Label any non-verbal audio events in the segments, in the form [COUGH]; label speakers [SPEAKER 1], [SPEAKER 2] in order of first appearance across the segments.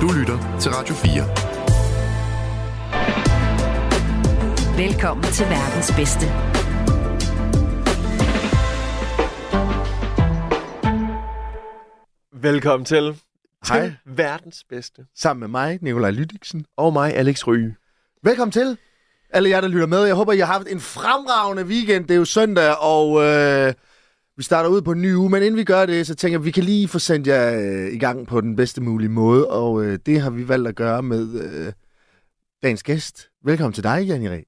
[SPEAKER 1] Du lytter til Radio 4.
[SPEAKER 2] Velkommen til verdens bedste.
[SPEAKER 3] Velkommen til.
[SPEAKER 4] Hej.
[SPEAKER 3] Til verdens bedste.
[SPEAKER 4] Sammen med mig, Nikolaj Lydiksen.
[SPEAKER 3] Og mig, Alex Ryge.
[SPEAKER 4] Velkommen til, alle jer, der lytter med. Jeg håber, I har haft en fremragende weekend. Det er jo søndag, og øh, vi starter ud på en ny uge. Men inden vi gør det, så tænker jeg, at vi kan lige få sendt jer øh, i gang på den bedste mulige måde. Og øh, det har vi valgt at gøre med øh, dagens gæst. Velkommen til dig, Janne Ræ.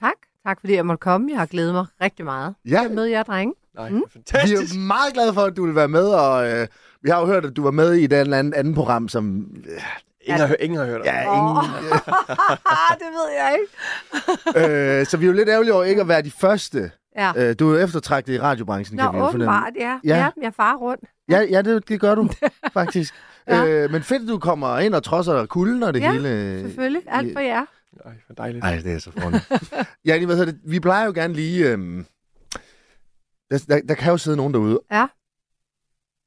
[SPEAKER 5] Tak. Tak fordi jeg måtte komme. Jeg har glædet mig rigtig meget.
[SPEAKER 4] Ja,
[SPEAKER 5] Jeg møder jer, drenge.
[SPEAKER 3] Nej,
[SPEAKER 5] Mm.
[SPEAKER 3] mm. fantastisk.
[SPEAKER 4] Vi er meget glade for, at du vil være med, og øh, vi har jo hørt, at du var med i et eller andet, andet program, som... Øh,
[SPEAKER 3] Ingen har, hørt, ingen har hørt om.
[SPEAKER 4] ja, ingen,
[SPEAKER 5] [LAUGHS] det ved jeg ikke.
[SPEAKER 4] øh, så vi er jo lidt ærgerlige over ikke at være de første.
[SPEAKER 5] Ja.
[SPEAKER 4] Øh, du er jo eftertragtet i radiobranchen,
[SPEAKER 5] Nå,
[SPEAKER 4] kan vi jo fornemme.
[SPEAKER 5] åbenbart, ja.
[SPEAKER 4] Ja.
[SPEAKER 5] ja. ja. jeg farer rundt.
[SPEAKER 4] Ja, ja det, det gør du
[SPEAKER 5] [LAUGHS]
[SPEAKER 4] faktisk.
[SPEAKER 5] Ja.
[SPEAKER 4] øh, men fedt, at du kommer ind og trodser kulden og det
[SPEAKER 5] Ja,
[SPEAKER 4] hele.
[SPEAKER 5] Selvfølgelig. Alt for jer.
[SPEAKER 3] Ej, hvor dejligt.
[SPEAKER 4] Nej, det er så fornemt. [LAUGHS] ja, hvad hedder det? Vi plejer jo gerne lige... Øhm, der, der, der kan jo sidde nogen derude
[SPEAKER 5] Ja.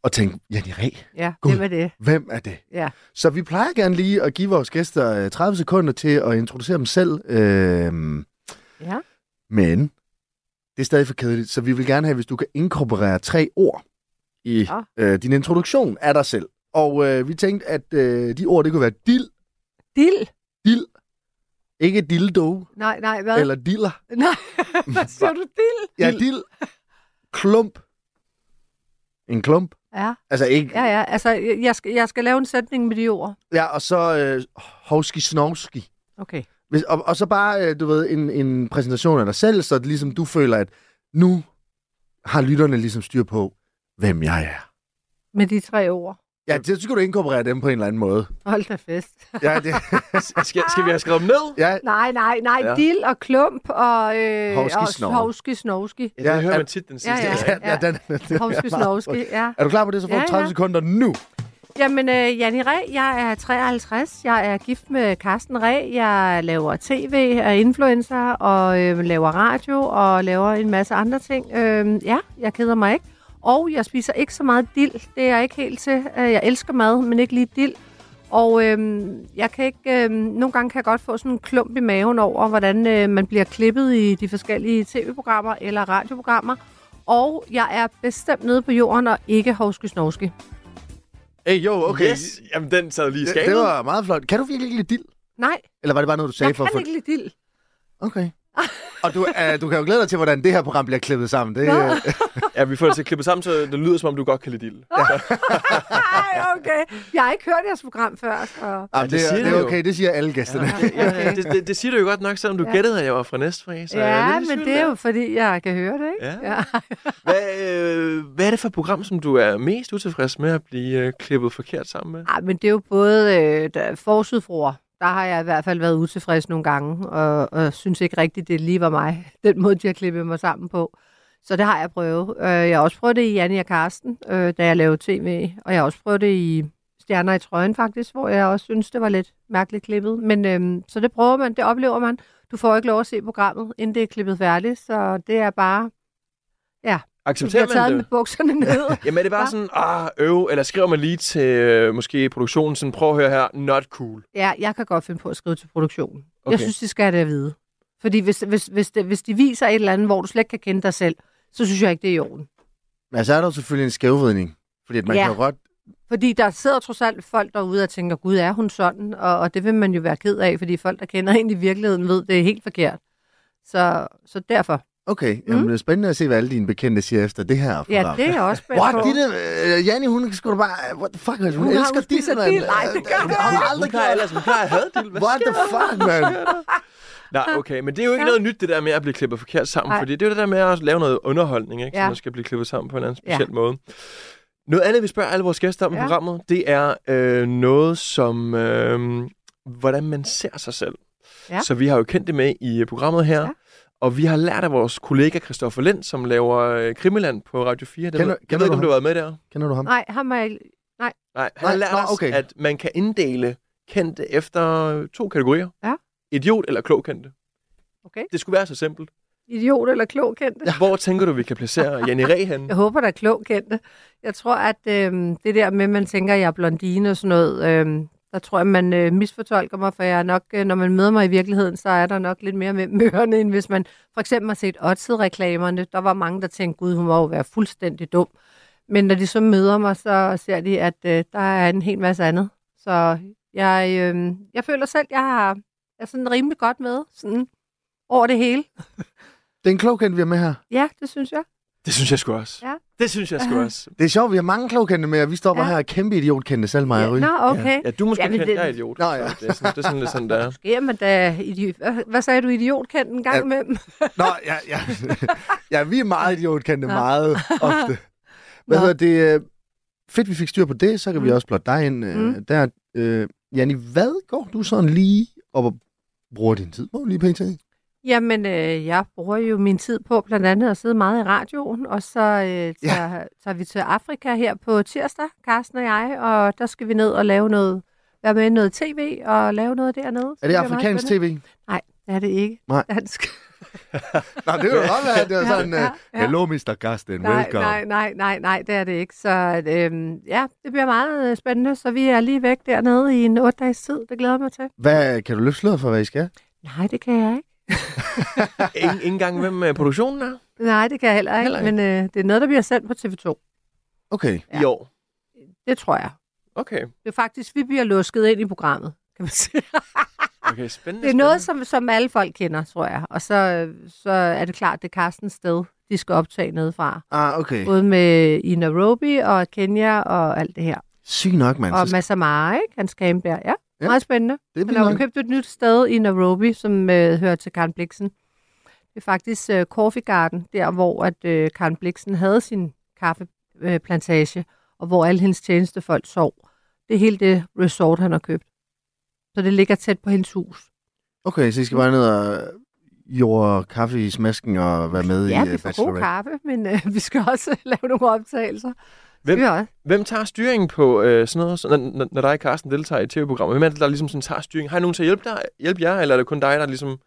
[SPEAKER 4] og tænke, Janni Ræ,
[SPEAKER 5] Ja,
[SPEAKER 4] Gud.
[SPEAKER 5] det var det.
[SPEAKER 4] Hvem er det?
[SPEAKER 5] Ja.
[SPEAKER 4] Så vi plejer gerne lige at give vores gæster øh, 30 sekunder til at introducere dem selv. Øhm,
[SPEAKER 5] Ja.
[SPEAKER 4] men det er stadig for kedeligt, så vi vil gerne have, hvis du kan inkorporere tre ord i
[SPEAKER 5] Ja.
[SPEAKER 4] øh, din introduktion af dig selv. Og øh, vi tænkte, at øh, de ord, det kunne være dild,
[SPEAKER 5] Dill.
[SPEAKER 4] dild, ikke dildo,
[SPEAKER 5] Nej, nej, hvad?
[SPEAKER 4] eller diller.
[SPEAKER 5] [LAUGHS] Nej, hvad siger du? Dill?
[SPEAKER 4] Ja, dild, klump, en klump.
[SPEAKER 5] Ja,
[SPEAKER 4] Altså ikke,
[SPEAKER 5] ja, ja. Altså, jeg jeg skal, jeg skal lave en sætning med de ord.
[SPEAKER 4] ja, og så øh, hovski-snovski.
[SPEAKER 5] Okay.
[SPEAKER 4] Hvis, og, og så bare, øh, du ved, en, en præsentation af dig selv, så det ligesom du føler, at nu har lytterne ligesom styr på, hvem jeg er.
[SPEAKER 5] Med de tre ord.
[SPEAKER 4] Ja, det så skal du inkorporere dem på en eller anden måde.
[SPEAKER 5] Hold da fest.
[SPEAKER 4] [LAUGHS] Ja, det,
[SPEAKER 3] Skal, skal vi have skrevet dem ned?
[SPEAKER 4] ja,
[SPEAKER 5] Nej, nej, nej.
[SPEAKER 3] Ja.
[SPEAKER 5] Ja. Dill og klump og... Øh,
[SPEAKER 4] Hovski
[SPEAKER 5] og
[SPEAKER 4] snovski.
[SPEAKER 5] Hovski snovski.
[SPEAKER 3] Ja, det
[SPEAKER 4] Ja,
[SPEAKER 3] hører
[SPEAKER 4] at-
[SPEAKER 3] man tit den sidste.
[SPEAKER 5] ja.
[SPEAKER 4] ja, ja, den, den, den
[SPEAKER 5] Hovski snovski, ja.
[SPEAKER 4] Er du klar på det, så får du
[SPEAKER 5] Ja,
[SPEAKER 4] 30
[SPEAKER 5] ja.
[SPEAKER 4] sekunder nu.
[SPEAKER 5] Jamen, øh, Janni Ræ, jeg er 53. Jeg er gift med Carsten Ræ. Jeg laver tv, er influencer og øh, laver radio og laver en masse andre ting. Øh, ja, jeg keder mig ikke. Og jeg spiser ikke så meget dild. Det er jeg ikke helt til. Øh, Jeg elsker mad, men ikke lige dild. Og øh, jeg kan ikke, øh, nogle gange kan jeg godt få sådan en klump i maven over, hvordan øh, man bliver klippet i de forskellige tv-programmer eller radioprogrammer. Og jeg er bestemt nede på jorden og ikke hovske-snovske.
[SPEAKER 4] Hey, jo, okay.
[SPEAKER 3] Yes. Jamen, den sad lige i
[SPEAKER 4] Det,
[SPEAKER 3] skabet.
[SPEAKER 4] det var meget flot. Kan du virkelig ikke lide dild?
[SPEAKER 5] Nej,
[SPEAKER 4] Eller var det bare noget, du sagde
[SPEAKER 5] jeg
[SPEAKER 4] for
[SPEAKER 5] kan
[SPEAKER 4] at få...
[SPEAKER 5] ikke lide
[SPEAKER 3] [LAUGHS]
[SPEAKER 5] dild.
[SPEAKER 4] Okay. Og du, øh, du kan jo glæde dig til, hvordan det her program bliver klippet sammen. Det, øh,
[SPEAKER 3] Ja, vi får det til at klippe sammen, så det lyder, som om du godt kan lide dild.
[SPEAKER 5] Ej, okay. Jeg har ikke hørt jeres program før, så...
[SPEAKER 4] ah, det, det,
[SPEAKER 3] siger
[SPEAKER 4] er,
[SPEAKER 3] det
[SPEAKER 4] det er
[SPEAKER 3] jo.
[SPEAKER 4] okay, det siger alle gæsterne.
[SPEAKER 5] Okay.
[SPEAKER 3] Det, det, det siger du jo godt nok, selvom du
[SPEAKER 5] Ja.
[SPEAKER 3] gættede, at jeg var fra Næstfri. Så jeg
[SPEAKER 5] Ja,
[SPEAKER 3] lidt i
[SPEAKER 5] men
[SPEAKER 3] tvivl
[SPEAKER 5] det er
[SPEAKER 3] der.
[SPEAKER 5] jo fordi, jeg kan høre det, ikke?
[SPEAKER 3] Ja.
[SPEAKER 5] Ja.
[SPEAKER 3] Hvad, øh, hvad er det for et program, som du er mest utilfreds med at blive øh, klippet forkert sammen med?
[SPEAKER 5] Ej, men det er jo både øh, der- forsydfruer. Der har jeg i hvert fald været utilfreds nogle gange, og, og synes ikke rigtigt, det lige var mig. [LAUGHS] Den måde, de har klippet mig sammen på. Så det har jeg prøvet. Øh, Jeg har også prøvet det i Janne og Karsten, øh, da jeg lavede tv. Og jeg har også prøvet det i Stjerner i trøjen faktisk, hvor jeg også synes, det var lidt mærkeligt klippet. Men øhm, så det prøver man, det oplever man. Du får ikke lov at se programmet, inden det er klippet færdigt. Så det er bare, du
[SPEAKER 3] Accepterer
[SPEAKER 5] bliver
[SPEAKER 3] man
[SPEAKER 5] taget
[SPEAKER 3] det?
[SPEAKER 5] med bukserne ned.
[SPEAKER 3] Jamen er det bare
[SPEAKER 5] Hva?
[SPEAKER 3] sådan, ah, øv, eller skriver man lige til øh, måske produktionen sådan, prøv at høre her, not cool.
[SPEAKER 5] Ja, jeg kan godt finde på at skrive til produktionen. Okay.
[SPEAKER 3] Okay.
[SPEAKER 5] Jeg synes, de skal have det at vide. Fordi hvis, hvis, hvis, det, hvis de viser et eller andet, hvor du slet ikke kan kende dig selv, så synes jeg ikke, det er i orden.
[SPEAKER 4] Men så er der jo selvfølgelig en skævvridning. Fordi at man
[SPEAKER 5] Ja.
[SPEAKER 4] kan jo godt
[SPEAKER 5] Fordi der sidder trods alt folk derude og tænker, gud, er hun sådan? Og, og det vil man jo være ked af, fordi folk, der kender en i virkeligheden, ved, det er helt forkert. Så, så derfor.
[SPEAKER 4] Okay, jamen, det er spændende at se, hvad alle dine bekendte siger efter det her program.
[SPEAKER 5] Mm. Ja, det er jeg også spændt
[SPEAKER 4] What,
[SPEAKER 5] på.
[SPEAKER 4] Ditte, øh, Janni, hun skal da bare... What the fuck, hun,
[SPEAKER 5] Hun har-
[SPEAKER 4] elsker
[SPEAKER 5] hun spiser
[SPEAKER 4] mand.
[SPEAKER 5] dild. Nej, det gør
[SPEAKER 4] hun.
[SPEAKER 5] jeg
[SPEAKER 4] har
[SPEAKER 5] ikke.
[SPEAKER 4] aldrig
[SPEAKER 3] plejer
[SPEAKER 4] gjort.
[SPEAKER 3] ellers, hun plejer at have det. Hvad
[SPEAKER 4] What the fuck, mand?
[SPEAKER 5] [LAUGHS]
[SPEAKER 3] Nej, okay, men det er jo ikke
[SPEAKER 5] Ja.
[SPEAKER 3] noget nyt, det der med at blive klippet forkert sammen,
[SPEAKER 5] Nej.
[SPEAKER 3] fordi det er jo det der med at lave noget underholdning, ikke? Ja.
[SPEAKER 5] Ja.
[SPEAKER 3] Som skal blive klippet sammen på en eller anden
[SPEAKER 5] Ja.
[SPEAKER 3] speciel måde. Noget andet, vi spørger alle vores gæster om i
[SPEAKER 5] Ja.
[SPEAKER 3] programmet, det er øh, noget som, øh, hvordan man ser sig selv.
[SPEAKER 5] Ja.
[SPEAKER 3] Så vi har jo kendt det med i øh, programmet her,
[SPEAKER 5] Ja.
[SPEAKER 3] og vi har lært af vores kollega Christoffer Lind, som laver øh, Krimiland på Radio 4. Det
[SPEAKER 4] Kender-
[SPEAKER 3] ved, jeg
[SPEAKER 4] kender
[SPEAKER 3] ved ikke,
[SPEAKER 4] du
[SPEAKER 3] om du har været med der.
[SPEAKER 4] Kender du ham?
[SPEAKER 5] Nej, ham er ikke...
[SPEAKER 3] Nej, han
[SPEAKER 4] Nej,
[SPEAKER 3] har lært
[SPEAKER 4] nå,
[SPEAKER 3] os,
[SPEAKER 4] okay.
[SPEAKER 3] at man kan inddele kendte efter to kategorier.
[SPEAKER 5] Ja.
[SPEAKER 3] Idiot eller klogkendte.
[SPEAKER 5] Okay.
[SPEAKER 3] Det skulle være så simpelt.
[SPEAKER 5] Idiot eller klog kendte?
[SPEAKER 3] Ja. Hvor tænker du, vi kan
[SPEAKER 5] [LAUGHS]
[SPEAKER 3] placere Janne Ræ henne?
[SPEAKER 5] Jeg håber, der er klog kendte. Jeg tror, at øh, det der med, at man tænker, at jeg er blondine og sådan noget, øh, Der tror jeg, man øh, misfortolker mig, for jeg er nok, øh, når man møder mig i virkeligheden, så er der nok lidt mere mellem ørerne, end hvis man for eksempel har set Otzed-reklamerne. Der var mange, der tænkte, gud, hun må jo være fuldstændig dum. Men når de så møder mig, så ser de, at øh, der er en hel masse andet. Så jeg, øh, jeg føler selv, jeg har, er sådan rimelig godt med sådan over det hele.
[SPEAKER 4] Det er en klog kendt, vi har med her.
[SPEAKER 5] Ja, det synes jeg.
[SPEAKER 3] Det synes jeg sgu også.
[SPEAKER 5] Ja.
[SPEAKER 3] Det synes jeg sgu også.
[SPEAKER 4] Det er sjovt, vi har mange klog kendte med, og vi står bare
[SPEAKER 5] Ja.
[SPEAKER 4] her og er kæmpe idiotkendte selv, mig
[SPEAKER 5] Ja,
[SPEAKER 4] og Ry.
[SPEAKER 5] Nå, okay.
[SPEAKER 3] Ja, du er måske
[SPEAKER 5] Ja,
[SPEAKER 3] ja,
[SPEAKER 5] men
[SPEAKER 3] kendt,
[SPEAKER 5] det-
[SPEAKER 3] jeg er idiot.
[SPEAKER 4] Nå, ja.
[SPEAKER 3] Så Det er, sådan, det er sådan lidt sådan,
[SPEAKER 5] [LAUGHS]
[SPEAKER 3] der.
[SPEAKER 5] Jamen da, idi- hvad- hvad sagde du, idiot kendt en gang
[SPEAKER 4] Ja.
[SPEAKER 5] imellem? [LAUGHS]
[SPEAKER 4] Nå, ja, ja. ja, vi er meget idiotkendte,
[SPEAKER 5] Nå. [LAUGHS]
[SPEAKER 4] meget ofte. Hvad
[SPEAKER 5] Nå.
[SPEAKER 4] hedder det? øh, Fedt, vi fik styr på det, så kan vi
[SPEAKER 5] Mm.
[SPEAKER 4] også blot dig ind. øh,
[SPEAKER 5] Mm.
[SPEAKER 4] Der, øh, Janni, hvad går du sådan lige op og bruger din tid på lige pt?
[SPEAKER 5] Jamen, øh, jeg bruger jo min tid på blandt andet at sidde meget i radioen, og så øh, tager, ja. tager vi til Afrika her på tirsdag, Carsten og jeg, og der skal vi ned og lave noget, være med i noget tv og lave noget dernede.
[SPEAKER 4] Er det
[SPEAKER 5] bliver meget
[SPEAKER 4] afrikansk
[SPEAKER 5] spændende.
[SPEAKER 4] tv?
[SPEAKER 5] Det er det ikke.
[SPEAKER 4] Nej.
[SPEAKER 5] Dansk.
[SPEAKER 4] Nå, det kunne godt være, at det var
[SPEAKER 5] [LAUGHS] Ja,
[SPEAKER 4] sådan, øh,
[SPEAKER 5] ja,
[SPEAKER 4] ja,
[SPEAKER 5] ja.
[SPEAKER 4] hello Mr. Carsten,
[SPEAKER 5] Nej,
[SPEAKER 4] welcome.
[SPEAKER 5] nej, nej, nej, nej, det er det ikke. Så øhm, ja, det bliver meget øh, spændende, så vi er lige væk dernede i en otte dages tid. Det glæder jeg mig til.
[SPEAKER 4] Hvad, kan du løfte sløret for, hvad I skal?
[SPEAKER 5] Nej, det kan jeg ikke.
[SPEAKER 3] Ingen, ingen gang, hvem øh, produktionen er
[SPEAKER 5] Nej, det kan jeg heller ikke,
[SPEAKER 3] Heller ikke.
[SPEAKER 5] men øh, det er noget, der bliver sendt på TV2.
[SPEAKER 4] Okay.
[SPEAKER 5] Ja.
[SPEAKER 3] i år.
[SPEAKER 5] Det tror jeg.
[SPEAKER 3] Okay,
[SPEAKER 5] Det er faktisk, vi bliver lusket ind i programmet, kan man sige.
[SPEAKER 3] okay, spændende.
[SPEAKER 5] Det er noget,
[SPEAKER 3] spændende.
[SPEAKER 5] som, som alle folk kender, tror jeg. Og så, øh, så er det klart, det er Carstens sted, de skal optage nedefra.
[SPEAKER 4] Ah, okay.
[SPEAKER 5] Både med i Nairobi og Kenya og alt det her.
[SPEAKER 4] Syg nok, mand.
[SPEAKER 5] Og
[SPEAKER 4] Så
[SPEAKER 5] Masamara, ikke? Hans Camberg. Ja,
[SPEAKER 4] Ja.
[SPEAKER 5] ja, meget spændende.
[SPEAKER 4] det
[SPEAKER 5] Han
[SPEAKER 4] bliver
[SPEAKER 5] har jo
[SPEAKER 4] nok.
[SPEAKER 5] købt et nyt sted i Nairobi, som øh, hører til Karen Bliksen. Det er faktisk øh, Coffee Garden, der hvor at, øh, Karen Bliksen havde sin kaffeplantage, øh, plantage, og hvor alle hendes tjenestefolk sov. Det er hele det resort, han har købt. Så det ligger tæt på hendes hus.
[SPEAKER 4] Okay, så I skal bare ned og jorde kaffe i smasken og være med
[SPEAKER 5] Ja,
[SPEAKER 4] i
[SPEAKER 5] vi
[SPEAKER 4] øh,
[SPEAKER 5] får god
[SPEAKER 4] Bachelorette.
[SPEAKER 5] kaffe, men øh, [LAUGHS] vi skal også lave nogle optagelser.
[SPEAKER 3] Hvem-
[SPEAKER 5] Skal vi også?
[SPEAKER 3] Hvem tager styringen på øh, sådan noget, så- når, når, når dig og Carsten deltager i tv-programmet? Hvem er det, der ligesom sådan, tager styringen? Har I nogen til at hjælpe, dig, hjælpe jer, eller er det kun dig, der ligesom...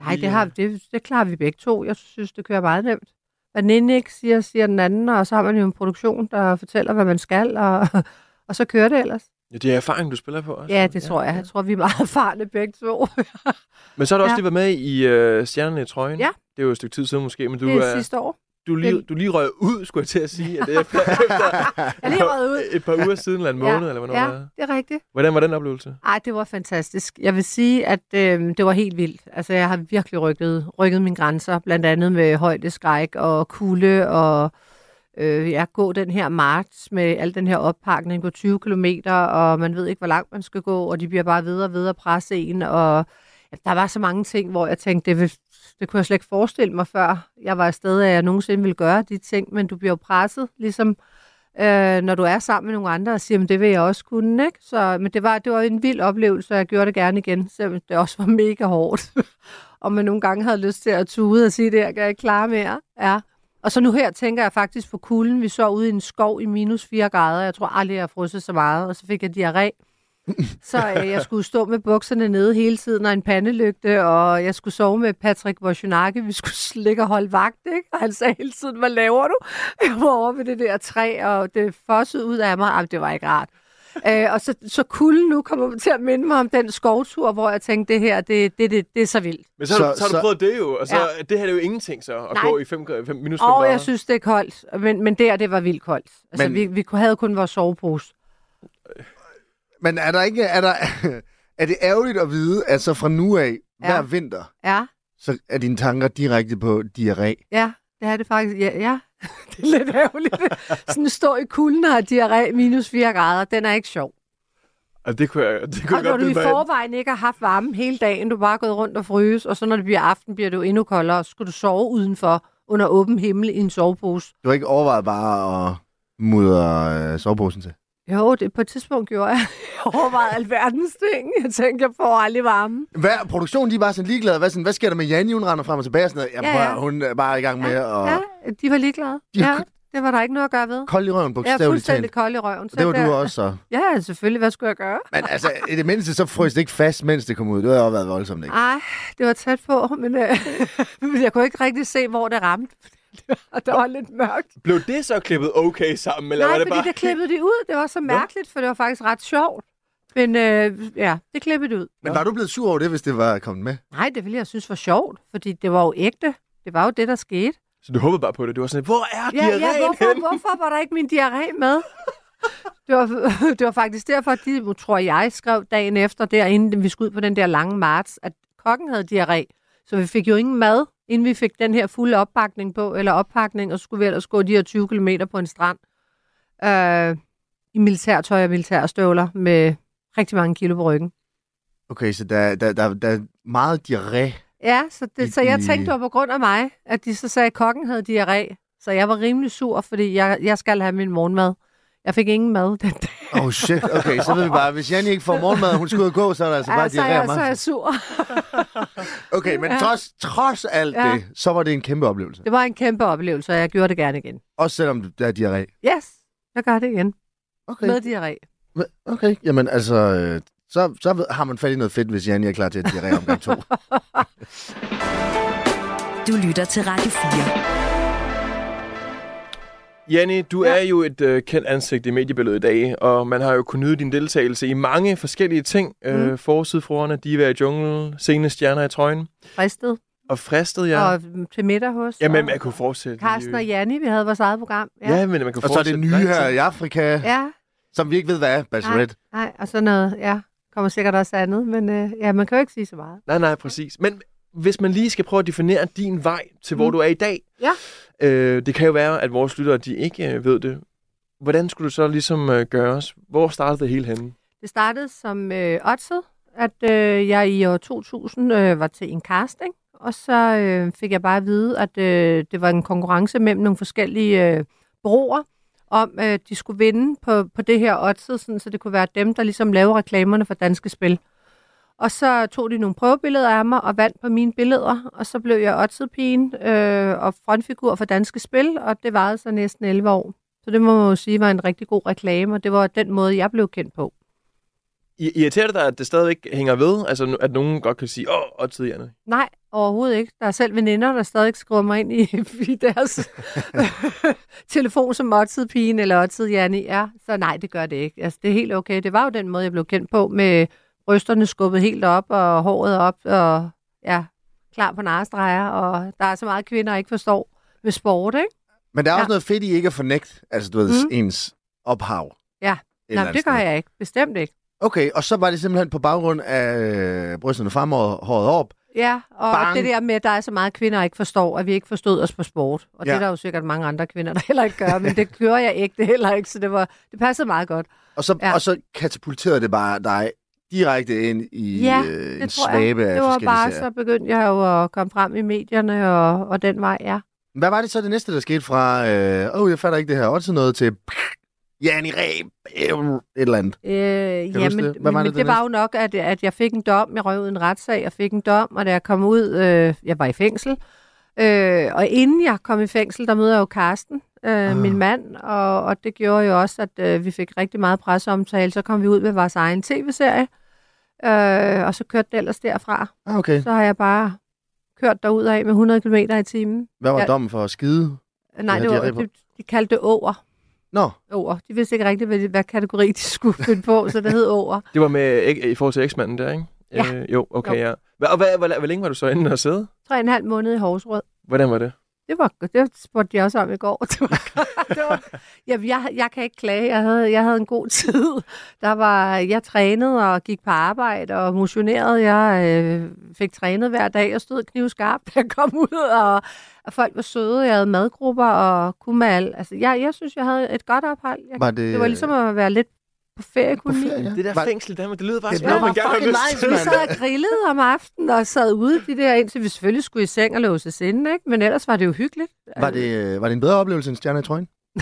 [SPEAKER 5] Nej, det,
[SPEAKER 3] Ja.
[SPEAKER 5] har, det, det klarer vi begge to. Jeg synes, det kører meget nemt. Hvad den ene ikke siger, siger den anden, og så har man jo en produktion, der fortæller, hvad man skal, og, [LAUGHS] og så kører det ellers.
[SPEAKER 3] Ja, det er erfaring, du spiller på også.
[SPEAKER 5] Ja, det tror jeg. Jeg tror, vi er meget [LAUGHS] erfarne begge to.
[SPEAKER 3] Men så har du også
[SPEAKER 5] Ja.
[SPEAKER 3] lige været med i øh, Stjernerne i trøjen.
[SPEAKER 5] Ja.
[SPEAKER 3] Det er jo et stykke tid siden måske, men du,
[SPEAKER 5] det er
[SPEAKER 3] øh,
[SPEAKER 5] sidste
[SPEAKER 3] [LAUGHS]
[SPEAKER 5] år.
[SPEAKER 3] du, lige,
[SPEAKER 5] det-
[SPEAKER 3] du lige røg ud, skulle jeg til at sige. At det er
[SPEAKER 5] [LAUGHS]
[SPEAKER 3] efter, efter
[SPEAKER 5] Jeg er lige røget ud.
[SPEAKER 3] et par uger siden, eller en måned, eller hvornår
[SPEAKER 5] ja,
[SPEAKER 3] det er.
[SPEAKER 5] det er rigtigt.
[SPEAKER 3] Hvordan var den oplevelse?
[SPEAKER 5] Ej, det var fantastisk. Jeg vil sige, at øh, det var helt vildt. Altså, jeg har virkelig rykket, rykket mine grænser, blandt andet med højdeskræk og kulde, og øh, jeg gå den her marts med al den her oppakning på 20 km, og man ved ikke, hvor langt man skal gå, og de bliver bare ved og ved at presse en, og ja, der var så mange ting, hvor jeg tænkte, det, vil, det kunne jeg slet ikke forestille mig før. Jeg var afsted, at jeg nogensinde ville gøre de ting, men du bliver jo presset, ligesom øh, når du er sammen med nogle andre og siger, "Men det vil jeg også kunne, ikke? Så, men det var, det var en vild oplevelse, og jeg gjorde det gerne igen, selvom det også var mega hårdt. [LAUGHS] og man nogle gange havde lyst til at tude og sige, det her kan jeg ikke klare mere. Ja. Og så nu her tænker jeg faktisk på kulden. Vi så ude i en skov i minus 4 grader. Jeg tror aldrig, jeg har frosset så meget, og så fik jeg diarré. Så øh, jeg skulle stå med bukserne nede hele tiden og en pandelygte, og jeg skulle sove med Patrick Wojnarowski. Vi skulle ligge og holde vagt, ikke? Og han sagde hele tiden, hvad laver du? [LAUGHS] Jeg var over ved det der træ, og det fossede ud af mig. Jamen, det var ikke rart. Øh, og så, så kulden nu kommer til at minde mig om den skovtur, hvor jeg tænkte, det her, det, det, det, det er så vildt.
[SPEAKER 3] Men så, så,
[SPEAKER 4] Så-
[SPEAKER 3] så har du
[SPEAKER 4] så-
[SPEAKER 3] prøvet det jo, og så
[SPEAKER 5] Ja.
[SPEAKER 3] ja. det her er jo ingenting så, at
[SPEAKER 5] Nej.
[SPEAKER 3] gå i 5 fem, minus 5
[SPEAKER 5] Og jeg synes, det er koldt, men, men der, det var vildt koldt. Altså,
[SPEAKER 4] Men-
[SPEAKER 5] men... vi, vi havde kun vores sovepose.
[SPEAKER 4] Men er der ikke, er der, [LAUGHS] er det ærgerligt at vide, at så fra nu af,
[SPEAKER 5] Ja.
[SPEAKER 4] hver vinter,
[SPEAKER 5] Ja,
[SPEAKER 4] så er dine tanker direkte på diarré?
[SPEAKER 5] ja, det er det faktisk. Ja, ja. [LAUGHS] det er lidt ærgerligt. Sådan stå i kulden og have diarré minus 4 grader, den er ikke sjov.
[SPEAKER 3] Og Altså, det kunne jeg, det kunne
[SPEAKER 5] Og
[SPEAKER 3] jeg
[SPEAKER 5] når
[SPEAKER 3] godt
[SPEAKER 5] du i
[SPEAKER 3] byde mig ind.
[SPEAKER 5] forvejen ikke har haft varme hele dagen, du er bare gået rundt og fryses, og så når det bliver aften, bliver det jo endnu koldere, og så skal du sove udenfor under åben himmel i en sovepose.
[SPEAKER 4] Du har ikke overvejet bare at mudre øh, soveposen til?
[SPEAKER 5] Jo, det på et tidspunkt gjorde jeg. [LAUGHS] Jeg overvejede alverdens ting. Jeg tænkte, jeg får aldrig varme.
[SPEAKER 4] Hvad, produktionen, de er bare sådan ligeglade. Hvad, sådan, hvad sker der med Janne? Hun render frem og tilbage. og Sådan noget. Jeg
[SPEAKER 5] Ja,
[SPEAKER 4] prøver,
[SPEAKER 5] ja.
[SPEAKER 4] hun er bare i gang med at
[SPEAKER 5] Ja, de var ligeglade.
[SPEAKER 4] De har
[SPEAKER 5] Ja, det var der ikke noget at gøre ved.
[SPEAKER 4] kolde i røven,
[SPEAKER 5] Jeg er
[SPEAKER 4] bogstaveligt
[SPEAKER 5] fuldstændig
[SPEAKER 4] talt.
[SPEAKER 5] kold i røven. Så
[SPEAKER 4] Og det var
[SPEAKER 5] der-
[SPEAKER 4] du også så.
[SPEAKER 5] Ja, selvfølgelig. Hvad skulle jeg gøre?
[SPEAKER 4] Men altså, i det mindste, så frøs det ikke fast, mens det kom ud. Det har jo været voldsomt, ikke?
[SPEAKER 5] Nej, det var tæt på, men, øh, [LAUGHS] men jeg kunne ikke rigtig se, hvor det ramte. [LAUGHS] Og der var lidt mørkt.
[SPEAKER 3] Blev det så klippet okay sammen, eller
[SPEAKER 5] Nej,
[SPEAKER 3] var det
[SPEAKER 5] fordi
[SPEAKER 3] bare...
[SPEAKER 5] der klippede de ud. Det var så mærkeligt, for det var faktisk ret sjovt. Men øh, ja, det klippede det ud.
[SPEAKER 4] Men var du blevet sur over det, hvis det var kommet med?
[SPEAKER 5] Nej, det ville jeg synes var sjovt, fordi det var jo ægte. Det var jo det, der skete.
[SPEAKER 3] Så du håbede bare på det. Du var sådan, hvor er
[SPEAKER 5] Ja,
[SPEAKER 3] diarréen
[SPEAKER 5] ja hvorfor,
[SPEAKER 3] henne?
[SPEAKER 5] hvorfor var der ikke min diarré med? Det var, [LAUGHS] det var faktisk derfor, at de, tror jeg, skrev dagen efter, der, inden vi skulle ud på den der lange marts, at kokken havde diarré. Så vi fik jo ingen mad, inden vi fik den her fulde oppakning på, eller oppakning, og så skulle vi ellers gå de her 20 km på en strand. Øh, I militærtøj og militærstøvler med rigtig mange kilo på ryggen.
[SPEAKER 4] Okay, så der, der, der, der er meget diarré.
[SPEAKER 5] Ja, så,
[SPEAKER 4] I-
[SPEAKER 5] det, så jeg
[SPEAKER 4] i-
[SPEAKER 5] tænkte, det var på grund af mig, at de så sagde, at kokken havde diarré. Så jeg var rimelig sur, fordi jeg, jeg skal have min morgenmad. Jeg fik ingen mad den dag.
[SPEAKER 4] Oh shit, okay, så ved vi bare, hvis Janne ikke får morgenmad, og hun skal ud og gå, så er der altså bare
[SPEAKER 5] Ja, så, er
[SPEAKER 4] diarré
[SPEAKER 5] jeg,
[SPEAKER 4] om
[SPEAKER 5] så er jeg
[SPEAKER 4] aftenen.
[SPEAKER 5] sur.
[SPEAKER 4] Okay, men
[SPEAKER 5] Ja.
[SPEAKER 4] trods, trods alt
[SPEAKER 5] Ja.
[SPEAKER 4] det, så var det en kæmpe oplevelse.
[SPEAKER 5] Det var en kæmpe oplevelse, og jeg gjorde det gerne igen.
[SPEAKER 4] Også selvom der er diarré.
[SPEAKER 5] Yes, jeg gør det igen.
[SPEAKER 4] Okay.
[SPEAKER 5] Med diarré.
[SPEAKER 4] Okay, jamen altså, øh, så, så ved- har man fat i noget fedt, hvis Janne er klar til at diarré omgang to.
[SPEAKER 2] Du lytter til Radio 4.
[SPEAKER 3] Janni, du ja. er jo et øh, kendt ansigt i mediebilledet i dag, og man har jo kunnet nyde din deltagelse i mange forskellige ting. Mm. Øh, forsidfruerne, Diva i junglen, sene stjerner i trøjen,
[SPEAKER 5] Fristet
[SPEAKER 3] og fristet jer.
[SPEAKER 5] ja.
[SPEAKER 3] Og,
[SPEAKER 5] og mm, til middag hos.
[SPEAKER 3] Jamen,
[SPEAKER 5] og
[SPEAKER 3] man kunne fortsætte. øh,
[SPEAKER 5] Carsten og Janni, vi havde vores eget program. Ja.
[SPEAKER 3] Ja, men man kunne
[SPEAKER 4] og så er det
[SPEAKER 3] fortsætte
[SPEAKER 4] nye
[SPEAKER 3] lang tid.
[SPEAKER 4] her i Afrika, ja.
[SPEAKER 5] ja.
[SPEAKER 4] som vi ikke ved, hvad er, Bachelorette.
[SPEAKER 5] Nej, og sådan noget. Ja, kommer sikkert også andet, men øh, ja, man kan jo ikke sige så meget.
[SPEAKER 3] Nej, nej, præcis. Men hvis man lige skal prøve at definere din vej til, hvor mm. du er i dag.
[SPEAKER 5] Ja.
[SPEAKER 3] Øh, det kan jo være, at vores lyttere, de ikke øh, ved det. Hvordan skulle du så ligesom øh, gøres? Hvor startede det hele henne?
[SPEAKER 5] Det startede som øh, oddset, at øh, jeg i år 2000 øh, var til en casting, og så øh, fik jeg bare at vide, at øh, det var en konkurrence mellem nogle forskellige øh, broer, om øh, de skulle vinde på, på det her oddset, sådan, så det kunne være dem, der ligesom lavede reklamerne for danske spil. Og så tog de nogle prøvebilleder af mig og vandt på mine billeder, og så blev jeg oddsetpigen øh, og frontfigur for danske spil, og det varede så næsten 11 år. Så det må man jo sige var en rigtig god reklame, og det var den måde, jeg blev kendt på.
[SPEAKER 3] I, irriterer det dig, at det stadigvæk hænger ved? Altså, nu- at nogen godt kan sige, åh, og tidligere.
[SPEAKER 5] Nej, overhovedet ikke. Der er selv veninder, der stadig skriver mig ind i, [LAUGHS] i deres telefon som oddsidpigen eller oddsid Janni. Ja, så nej, det gør det ikke. Altså, det er helt okay. Det var jo den måde, jeg blev kendt på, med brysterne skubbet helt op og håret op og ja, klar på narestreger. Og der er så meget kvinder, der ikke forstår med sport, ikke?
[SPEAKER 4] Men der er også
[SPEAKER 5] Ja.
[SPEAKER 4] noget fedt i ikke at fornægte, altså du ved,
[SPEAKER 5] Mm.
[SPEAKER 4] ens ophav.
[SPEAKER 5] Ja.
[SPEAKER 4] Et eller
[SPEAKER 5] Nej,
[SPEAKER 4] andet
[SPEAKER 5] det gør
[SPEAKER 4] sted.
[SPEAKER 5] jeg ikke. Bestemt ikke.
[SPEAKER 4] Okay, og så var det simpelthen på baggrund af øh, brysterne frem og håret op.
[SPEAKER 5] Ja, og
[SPEAKER 4] Bang.
[SPEAKER 5] Bang. det der med, at der er så meget kvinder, der ikke forstår, at vi ikke forstod os på sport. Og ja.
[SPEAKER 4] Ja.
[SPEAKER 5] det er der jo sikkert mange andre kvinder, der heller ikke gør, men det gør jeg ikke, det heller ikke, så det, var, det passede meget godt.
[SPEAKER 4] Og så, ja.
[SPEAKER 5] Ja.
[SPEAKER 4] og så katapulterede det bare dig direkte ind i
[SPEAKER 5] Ja,
[SPEAKER 4] øh, en
[SPEAKER 5] det tror jeg.
[SPEAKER 4] svabe af
[SPEAKER 5] det var
[SPEAKER 4] forskellige
[SPEAKER 5] bare,
[SPEAKER 4] serier.
[SPEAKER 5] så begyndte jeg jo at komme frem i medierne og, og den vej, ja.
[SPEAKER 4] Hvad var det så det næste, der skete fra, åh, øh, oh, jeg fatter ikke det her, også noget til, Jani Reb, et eller andet.
[SPEAKER 5] Øh,
[SPEAKER 4] du
[SPEAKER 5] ja,
[SPEAKER 4] huske
[SPEAKER 5] men
[SPEAKER 4] det? Hvad var
[SPEAKER 5] men
[SPEAKER 4] det,
[SPEAKER 5] det,
[SPEAKER 4] det
[SPEAKER 5] det var jo nok, at, at jeg fik en dom. Jeg røg ud i en retssag, jeg fik en dom, og da jeg kom ud, øh, jeg var i fængsel. Øh, og inden jeg kom i fængsel, der mødte jeg jo Karsten, øh,
[SPEAKER 4] Ah.
[SPEAKER 5] min mand, og, og det gjorde jo også, at øh, vi fik rigtig meget presseomtale. Så kom vi ud med vores egen tv-serie, øh, og så kørte det ellers derfra.
[SPEAKER 4] Ah, okay.
[SPEAKER 5] Så har jeg bare kørt derudad med 100 km i timen.
[SPEAKER 4] Hvad var
[SPEAKER 5] Ja.
[SPEAKER 4] dommen for at skide?
[SPEAKER 5] Nej,
[SPEAKER 4] Ja,
[SPEAKER 5] det
[SPEAKER 4] de
[SPEAKER 5] var,
[SPEAKER 4] er rigtig-
[SPEAKER 5] de, de kaldte det åer.
[SPEAKER 4] Nå,
[SPEAKER 5] Åer. De vidste ikke rigtigt, hvad, hvad kategori de skulle finde på, så det hed åer.
[SPEAKER 3] Det var med, ikke, i forhold til eksmanden der, ikke?
[SPEAKER 5] Ja.
[SPEAKER 3] Øh, jo, okay,
[SPEAKER 5] Jo.
[SPEAKER 3] ja. Hva, og hvad, hvor, hvor længe var du så inde og sidde?
[SPEAKER 5] Tre og en halv måned i Horsrød.
[SPEAKER 3] Hvordan var det?
[SPEAKER 5] Det var godt. Det spurgte jeg også om i går. [LAUGHS] Det
[SPEAKER 4] [LAUGHS]
[SPEAKER 5] var, det var, jamen, jeg, jeg kan ikke klage. Jeg havde, jeg havde en god [LAUGHS] tid. Der var, jeg trænede og gik på arbejde og motionerede. Jeg øh, fik trænet hver dag og stod knivskarpt, da jeg kom ud. Og, og folk var søde. Jeg havde madgrupper og kunne med alt. Altså, jeg, jeg synes, jeg havde et godt ophold. Jeg,
[SPEAKER 4] var det...
[SPEAKER 5] det var ligesom at være lidt på feriekoloni.
[SPEAKER 4] På ferie, ja.
[SPEAKER 3] Det der
[SPEAKER 4] Var-
[SPEAKER 3] var... fængsel i Danmark, det lyder bare
[SPEAKER 4] Det
[SPEAKER 3] som noget,
[SPEAKER 4] lyder
[SPEAKER 3] man gerne har
[SPEAKER 4] fucking
[SPEAKER 3] lyst
[SPEAKER 4] nice,
[SPEAKER 3] til.
[SPEAKER 5] Vi
[SPEAKER 4] mand.
[SPEAKER 5] sad og grillede om aftenen og sad ude de der, indtil vi selvfølgelig skulle i seng og låses inde, ikke? Men ellers var det jo hyggeligt.
[SPEAKER 4] Var det, øh, var det en bedre oplevelse end Stjerner i Trøjen?
[SPEAKER 5] Ej,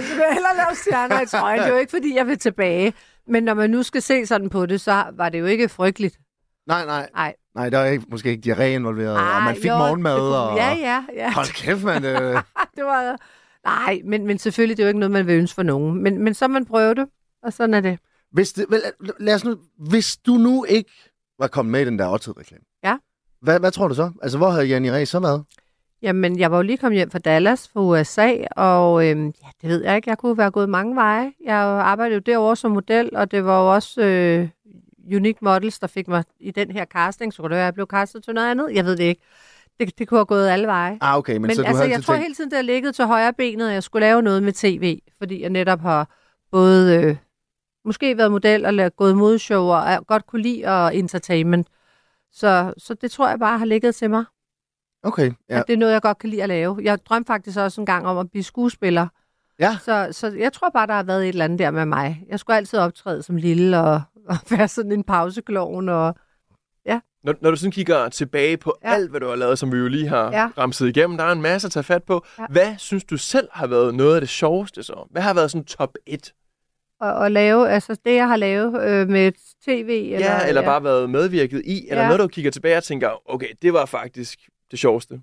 [SPEAKER 5] så vil jeg hellere lave stjerner i trøjen. Det er jo ikke, fordi jeg vil tilbage. Men når man nu skal se sådan på det, så var det jo ikke frygteligt.
[SPEAKER 4] Nej, nej.
[SPEAKER 5] Nej.
[SPEAKER 4] Nej, der var ikke, måske ikke diarré involveret, og man
[SPEAKER 5] Ej,
[SPEAKER 4] fik
[SPEAKER 5] jo,
[SPEAKER 4] morgenmad,
[SPEAKER 5] det kunne-
[SPEAKER 4] og...
[SPEAKER 5] Ja, ja, ja.
[SPEAKER 4] Hold kæft, mand. Øh,
[SPEAKER 5] Det var... Nej, men, men selvfølgelig, det er jo ikke noget, man vil ønske for nogen. Men, men så må man prøver det, og sådan er det.
[SPEAKER 4] hvis, det, vel, lad os nu, hvis du nu ikke var kommet med i den der oddtid-reklame,
[SPEAKER 5] Ja.
[SPEAKER 4] hvad, hvad tror du så? Altså, hvor havde Janni Ræ så været?
[SPEAKER 5] Jamen, jeg var jo lige kommet hjem fra Dallas fra USA, og øhm, ja, det ved jeg ikke. Jeg kunne være gået mange veje. Jeg arbejdede jo derovre som model, og det var jo også øh, Unique Models, der fik mig i den her casting. Så kunne det være, at jeg blev castet til noget andet. Jeg ved det ikke. Det, det kunne have gået alle veje.
[SPEAKER 4] Ah, okay, men,
[SPEAKER 5] Men
[SPEAKER 4] så du
[SPEAKER 5] altså,
[SPEAKER 4] havde
[SPEAKER 5] jeg
[SPEAKER 4] altid
[SPEAKER 5] tror
[SPEAKER 4] tænkt,
[SPEAKER 5] hele tiden, det har ligget til højre benet, at jeg skulle lave noget med tv, fordi jeg netop har både øh, måske været model og lavet, gået modeshow, og jeg godt kunne lide og entertainment. Så, så det tror jeg bare har ligget til mig,
[SPEAKER 4] okay,
[SPEAKER 5] ja.
[SPEAKER 4] ja.
[SPEAKER 5] at det er noget, jeg godt kan lide at lave. Jeg drømte faktisk også en gang om at blive skuespiller.
[SPEAKER 4] Ja.
[SPEAKER 5] Så, så jeg tror bare, der har været et eller andet der med mig. Jeg skulle altid optræde som lille og, og [LAUGHS] være sådan en pausekloven. Og,
[SPEAKER 3] Når, når du sådan kigger tilbage på
[SPEAKER 5] Ja.
[SPEAKER 3] ja. alt, hvad du har lavet, som vi jo lige har
[SPEAKER 5] Ja.
[SPEAKER 3] ja. ramset igennem, der er en masse at tage fat på.
[SPEAKER 5] Ja.
[SPEAKER 3] Ja. Hvad synes du selv har været noget af det sjoveste så? Hvad har været sådan top 1?
[SPEAKER 5] og, og lave, altså det, jeg har lavet øh, med tv.
[SPEAKER 3] Eller, ja, eller ja. bare været medvirket i? Eller
[SPEAKER 5] Ja.
[SPEAKER 3] ja. noget, du kigger tilbage og tænker, okay, det var faktisk det sjoveste?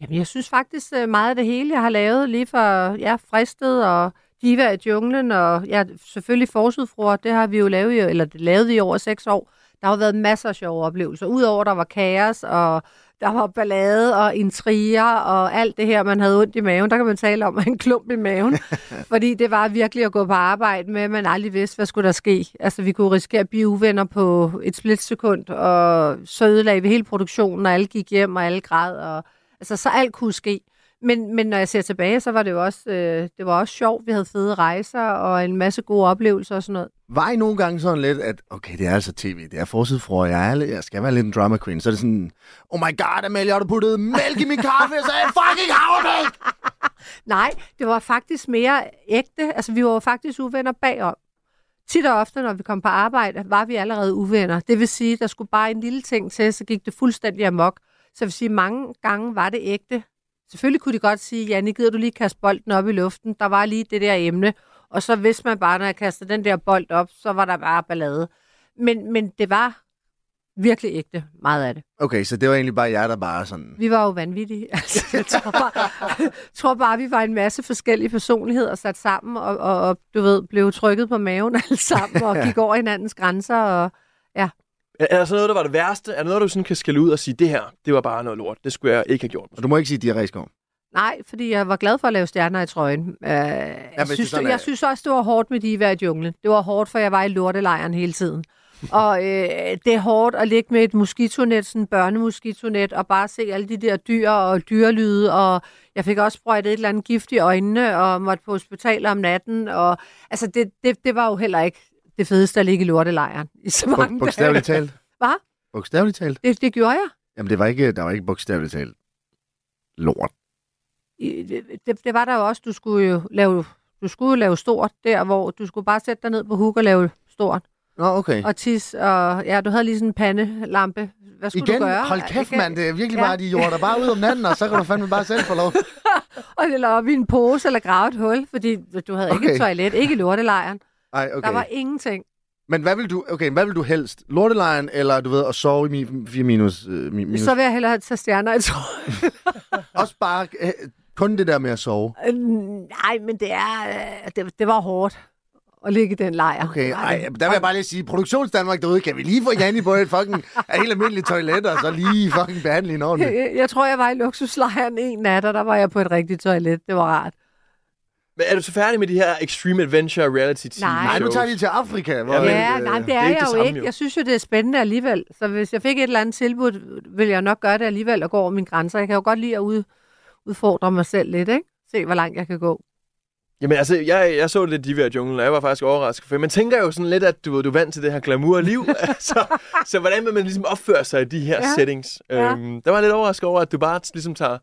[SPEAKER 5] Jamen, jeg synes faktisk øh, meget af det hele, jeg har lavet lige for ja, fristet og diva i junglen, og ja, selvfølgelig forsudfruer, det har vi jo lavet, i, eller det lavede vi i over seks år. Der har jo været masser af sjove oplevelser. Udover, der var kaos, og der var ballade og intriger og alt det her, man havde ondt i maven. Der kan man tale om en klump i maven. fordi det var virkelig at gå på arbejde med, at man aldrig vidste, hvad skulle der ske. Altså, vi kunne risikere at blive uvenner på et splitsekund, og så ødelagde vi hele produktionen, og alle gik hjem, og alle græd, og Altså, så alt kunne ske. Men, men når jeg ser tilbage, så var det jo også, øh, det var også sjovt. Vi havde fede rejser og en masse gode oplevelser og sådan noget.
[SPEAKER 4] Var I nogle gange sådan lidt, at okay, det er altså tv, det er forsidfruer, jeg, er, lidt- jeg skal være lidt en drama queen. Så er det sådan, oh my god, Amalie, har du puttet mælk i min kaffe, så jeg fucking havemælk!
[SPEAKER 5] Nej, det var faktisk mere ægte. Altså, vi var jo faktisk uvenner bagom. Tit og ofte, når vi kom på arbejde, var vi allerede uvenner. Det vil sige, der skulle bare en lille ting til, så gik det fuldstændig amok. Så jeg vil sige, mange gange var det ægte. Selvfølgelig kunne de godt sige, Janne, gider du lige kaste bolden op i luften? Der var lige det der emne. Og så vidste man bare, når jeg kastede den der bold op, så var der bare ballade. Men, men det var virkelig ægte, meget af det.
[SPEAKER 4] Okay, så det var egentlig bare jer, der bare sådan...
[SPEAKER 5] Vi var jo vanvittige. [LAUGHS] Altså, jeg tror bare, [LAUGHS] tror bare, vi var en masse forskellige personligheder sat sammen, og, og, og du ved, blev trykket på maven alle sammen, og gik over hinandens grænser. Og,
[SPEAKER 3] Er, er der så noget, der var det værste? Er der noget, du sådan kan skælde ud og sige, det her, det var bare noget lort. Det skulle jeg ikke have gjort.
[SPEAKER 4] Og du må ikke sige diarré, Skov.
[SPEAKER 5] nej, fordi jeg var glad for at lave stjerner i trøjen. Øh, jeg,
[SPEAKER 4] hvis du
[SPEAKER 5] synes,
[SPEAKER 4] sådan
[SPEAKER 5] det,
[SPEAKER 4] er-
[SPEAKER 5] jeg synes også, det var hårdt med de i junglen. Det var hårdt, for jeg var i lortelejren hele tiden. og øh, det er hårdt at ligge med et moskitonet, sådan en børnemoskitonet, og bare se alle de der dyr og dyrelyde, og jeg fik også sprøjtet et eller andet gift i øjnene, og måtte på hospital om natten, og altså, det, det, det var jo heller ikke det fedeste at ligge i lortelejren i så mange
[SPEAKER 4] Buk- bogstaveligt talt.
[SPEAKER 5] Hvad?
[SPEAKER 4] Bogstaveligt talt.
[SPEAKER 5] dage. Det, det gjorde jeg.
[SPEAKER 4] Jamen, det var ikke, der var ikke bogstaveligt talt. Lort.
[SPEAKER 5] I- det, det var der jo også, du skulle jo lave, du skulle jo lave stort der, hvor du skulle bare sætte dig ned på hook og lave stort.
[SPEAKER 4] Nå, okay.
[SPEAKER 5] Og tis, og ja, du havde lige sådan en pandelampe. Hvad skulle
[SPEAKER 4] Igen,
[SPEAKER 5] du gøre?
[SPEAKER 4] hold kæft,
[SPEAKER 5] Ikke?
[SPEAKER 4] mand. Det er virkelig
[SPEAKER 5] Ja.
[SPEAKER 4] bare, de jorder bare ud om natten, og så kan du fandme bare selv
[SPEAKER 5] [LAUGHS]
[SPEAKER 4] få lov.
[SPEAKER 5] Og eller op i en pose eller grave et hul, fordi du havde okay. ikke
[SPEAKER 4] Okay.
[SPEAKER 5] et toilet, ikke i lortelejren.
[SPEAKER 4] Ej, okay.
[SPEAKER 5] Okay. Der var ingenting.
[SPEAKER 4] Men hvad vil du, okay, hvad vil du helst? Lortelejen, eller du ved, at sove i min 4 minus? Øh, mi- minus.
[SPEAKER 5] Så vil jeg hellere tage stjerner, jeg tror.
[SPEAKER 4] Også bare øh, kun det der med at sove.
[SPEAKER 5] Øh, Nej, men det er, øh, det, det var hårdt at ligge i den lejr.
[SPEAKER 4] Okay,
[SPEAKER 5] Det var
[SPEAKER 4] ej,
[SPEAKER 5] det.
[SPEAKER 4] der vil jeg bare lige sige, Produktionsdanmark derude, kan vi lige få Janni på et
[SPEAKER 5] [LAUGHS]
[SPEAKER 4] fucking et helt almindeligt toilet, og så lige fucking behandle hende ordentligt?
[SPEAKER 5] Jeg- Jeg tror, jeg var i luksuslejren en nat, og der var jeg på et rigtigt toilet. Det var rart.
[SPEAKER 3] Men er du så færdig med de her Extreme Adventure Reality TV
[SPEAKER 5] Nej.
[SPEAKER 4] Nej, nu tager de til Afrika. Hvor,
[SPEAKER 3] Ja,
[SPEAKER 4] øh,
[SPEAKER 3] men,
[SPEAKER 5] Ja, nej, men det er, det er
[SPEAKER 3] ikke
[SPEAKER 5] jeg
[SPEAKER 3] det
[SPEAKER 5] jo
[SPEAKER 3] samme,
[SPEAKER 5] ikke.
[SPEAKER 3] jo.
[SPEAKER 5] Jeg synes jo, det er spændende alligevel. Så hvis jeg fik et eller andet tilbud, vil jeg nok gøre det alligevel og gå over mine grænser. Jeg kan jo godt lide at ud, udfordre mig selv lidt, ikke? Se, hvor langt jeg kan gå.
[SPEAKER 3] Jamen altså, jeg, jeg så lidt Diva i junglen, og jeg var faktisk overrasket. For man tænker jo sådan lidt, at du, ved, du er vant til det her
[SPEAKER 5] [LAUGHS]
[SPEAKER 3] glamour-liv. altså, så hvordan vil man ligesom opføre sig i de her
[SPEAKER 5] Ja.
[SPEAKER 3] ja. settings?
[SPEAKER 5] Ja.
[SPEAKER 3] Øhm, der var jeg lidt overrasket over, at du bare ligesom tager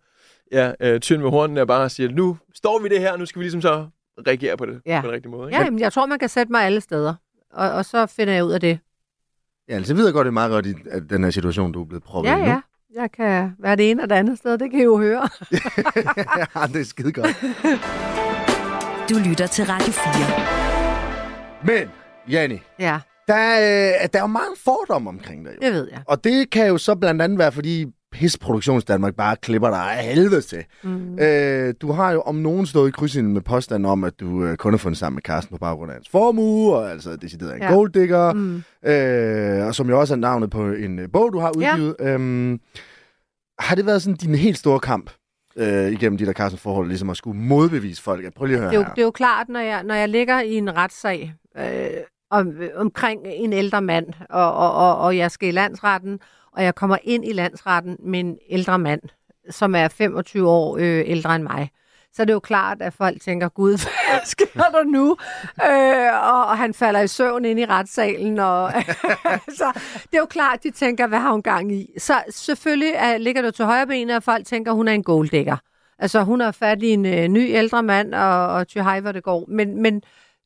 [SPEAKER 3] ja, øh, tynd med hornene og bare siger, nu står vi det her, nu skal vi ligesom så reagere på det
[SPEAKER 5] Ja.
[SPEAKER 3] på den rigtige måde. Ikke?
[SPEAKER 5] Ja, jamen, jeg tror, man kan sætte mig alle steder. Og, og så finder jeg ud af det.
[SPEAKER 4] Ja, altså, jeg ved godt, det er meget godt i at den her situation, du er blevet proppet
[SPEAKER 5] Ja,
[SPEAKER 4] i nu.
[SPEAKER 5] ja. Jeg kan være det ene og det andet sted. Det kan I jo høre.
[SPEAKER 4] [LAUGHS] ja, det er skide godt.
[SPEAKER 2] Du lytter til Radio 4.
[SPEAKER 4] Men, Janni,
[SPEAKER 5] Ja,
[SPEAKER 4] der, øh, der er jo mange fordomme omkring dig. Jo.
[SPEAKER 5] det ved jeg.
[SPEAKER 4] Og det kan jo så blandt andet være, fordi pisproduktions Danmark bare klipper dig af helvede til.
[SPEAKER 5] Mm.
[SPEAKER 4] Øh, du har jo om nogen stået i krydsen med påstanden om, at du øh, kun har fundet sammen med Carsten på baggrund af hans formue, og altså decideret en
[SPEAKER 5] Ja.
[SPEAKER 4] ja. golddigger,
[SPEAKER 5] Mm.
[SPEAKER 4] øh, og som jo også er navnet på en øh, bog, du har
[SPEAKER 5] Ja.
[SPEAKER 4] udgivet. Øhm, har det været sådan din helt store kamp øh, igennem de der Carsten-forhold, ligesom at skulle modbevise folk? at Prøv lige at høre
[SPEAKER 5] Det er, jo,
[SPEAKER 4] her.
[SPEAKER 5] det er jo klart, når jeg, når jeg ligger i en retssag øh, om, omkring en ældre mand, og, og, og, og jeg skal i landsretten, og jeg kommer ind i landsretten med en ældre mand, som er 25 år øh, ældre end mig, så er det jo klart, at folk tænker, gud, [LAUGHS] hvad sker der nu? Øh, og, og han falder i søvn ind i retssalen. Og, [LAUGHS] så det er jo klart, de tænker, hvad har hun gang i? Så selvfølgelig uh, ligger du til højre benet, og folk tænker, hun er en golddækker. Altså, hun har fat i en øh, ny ældre mand, og, og ty hej, hvor det går. Men, men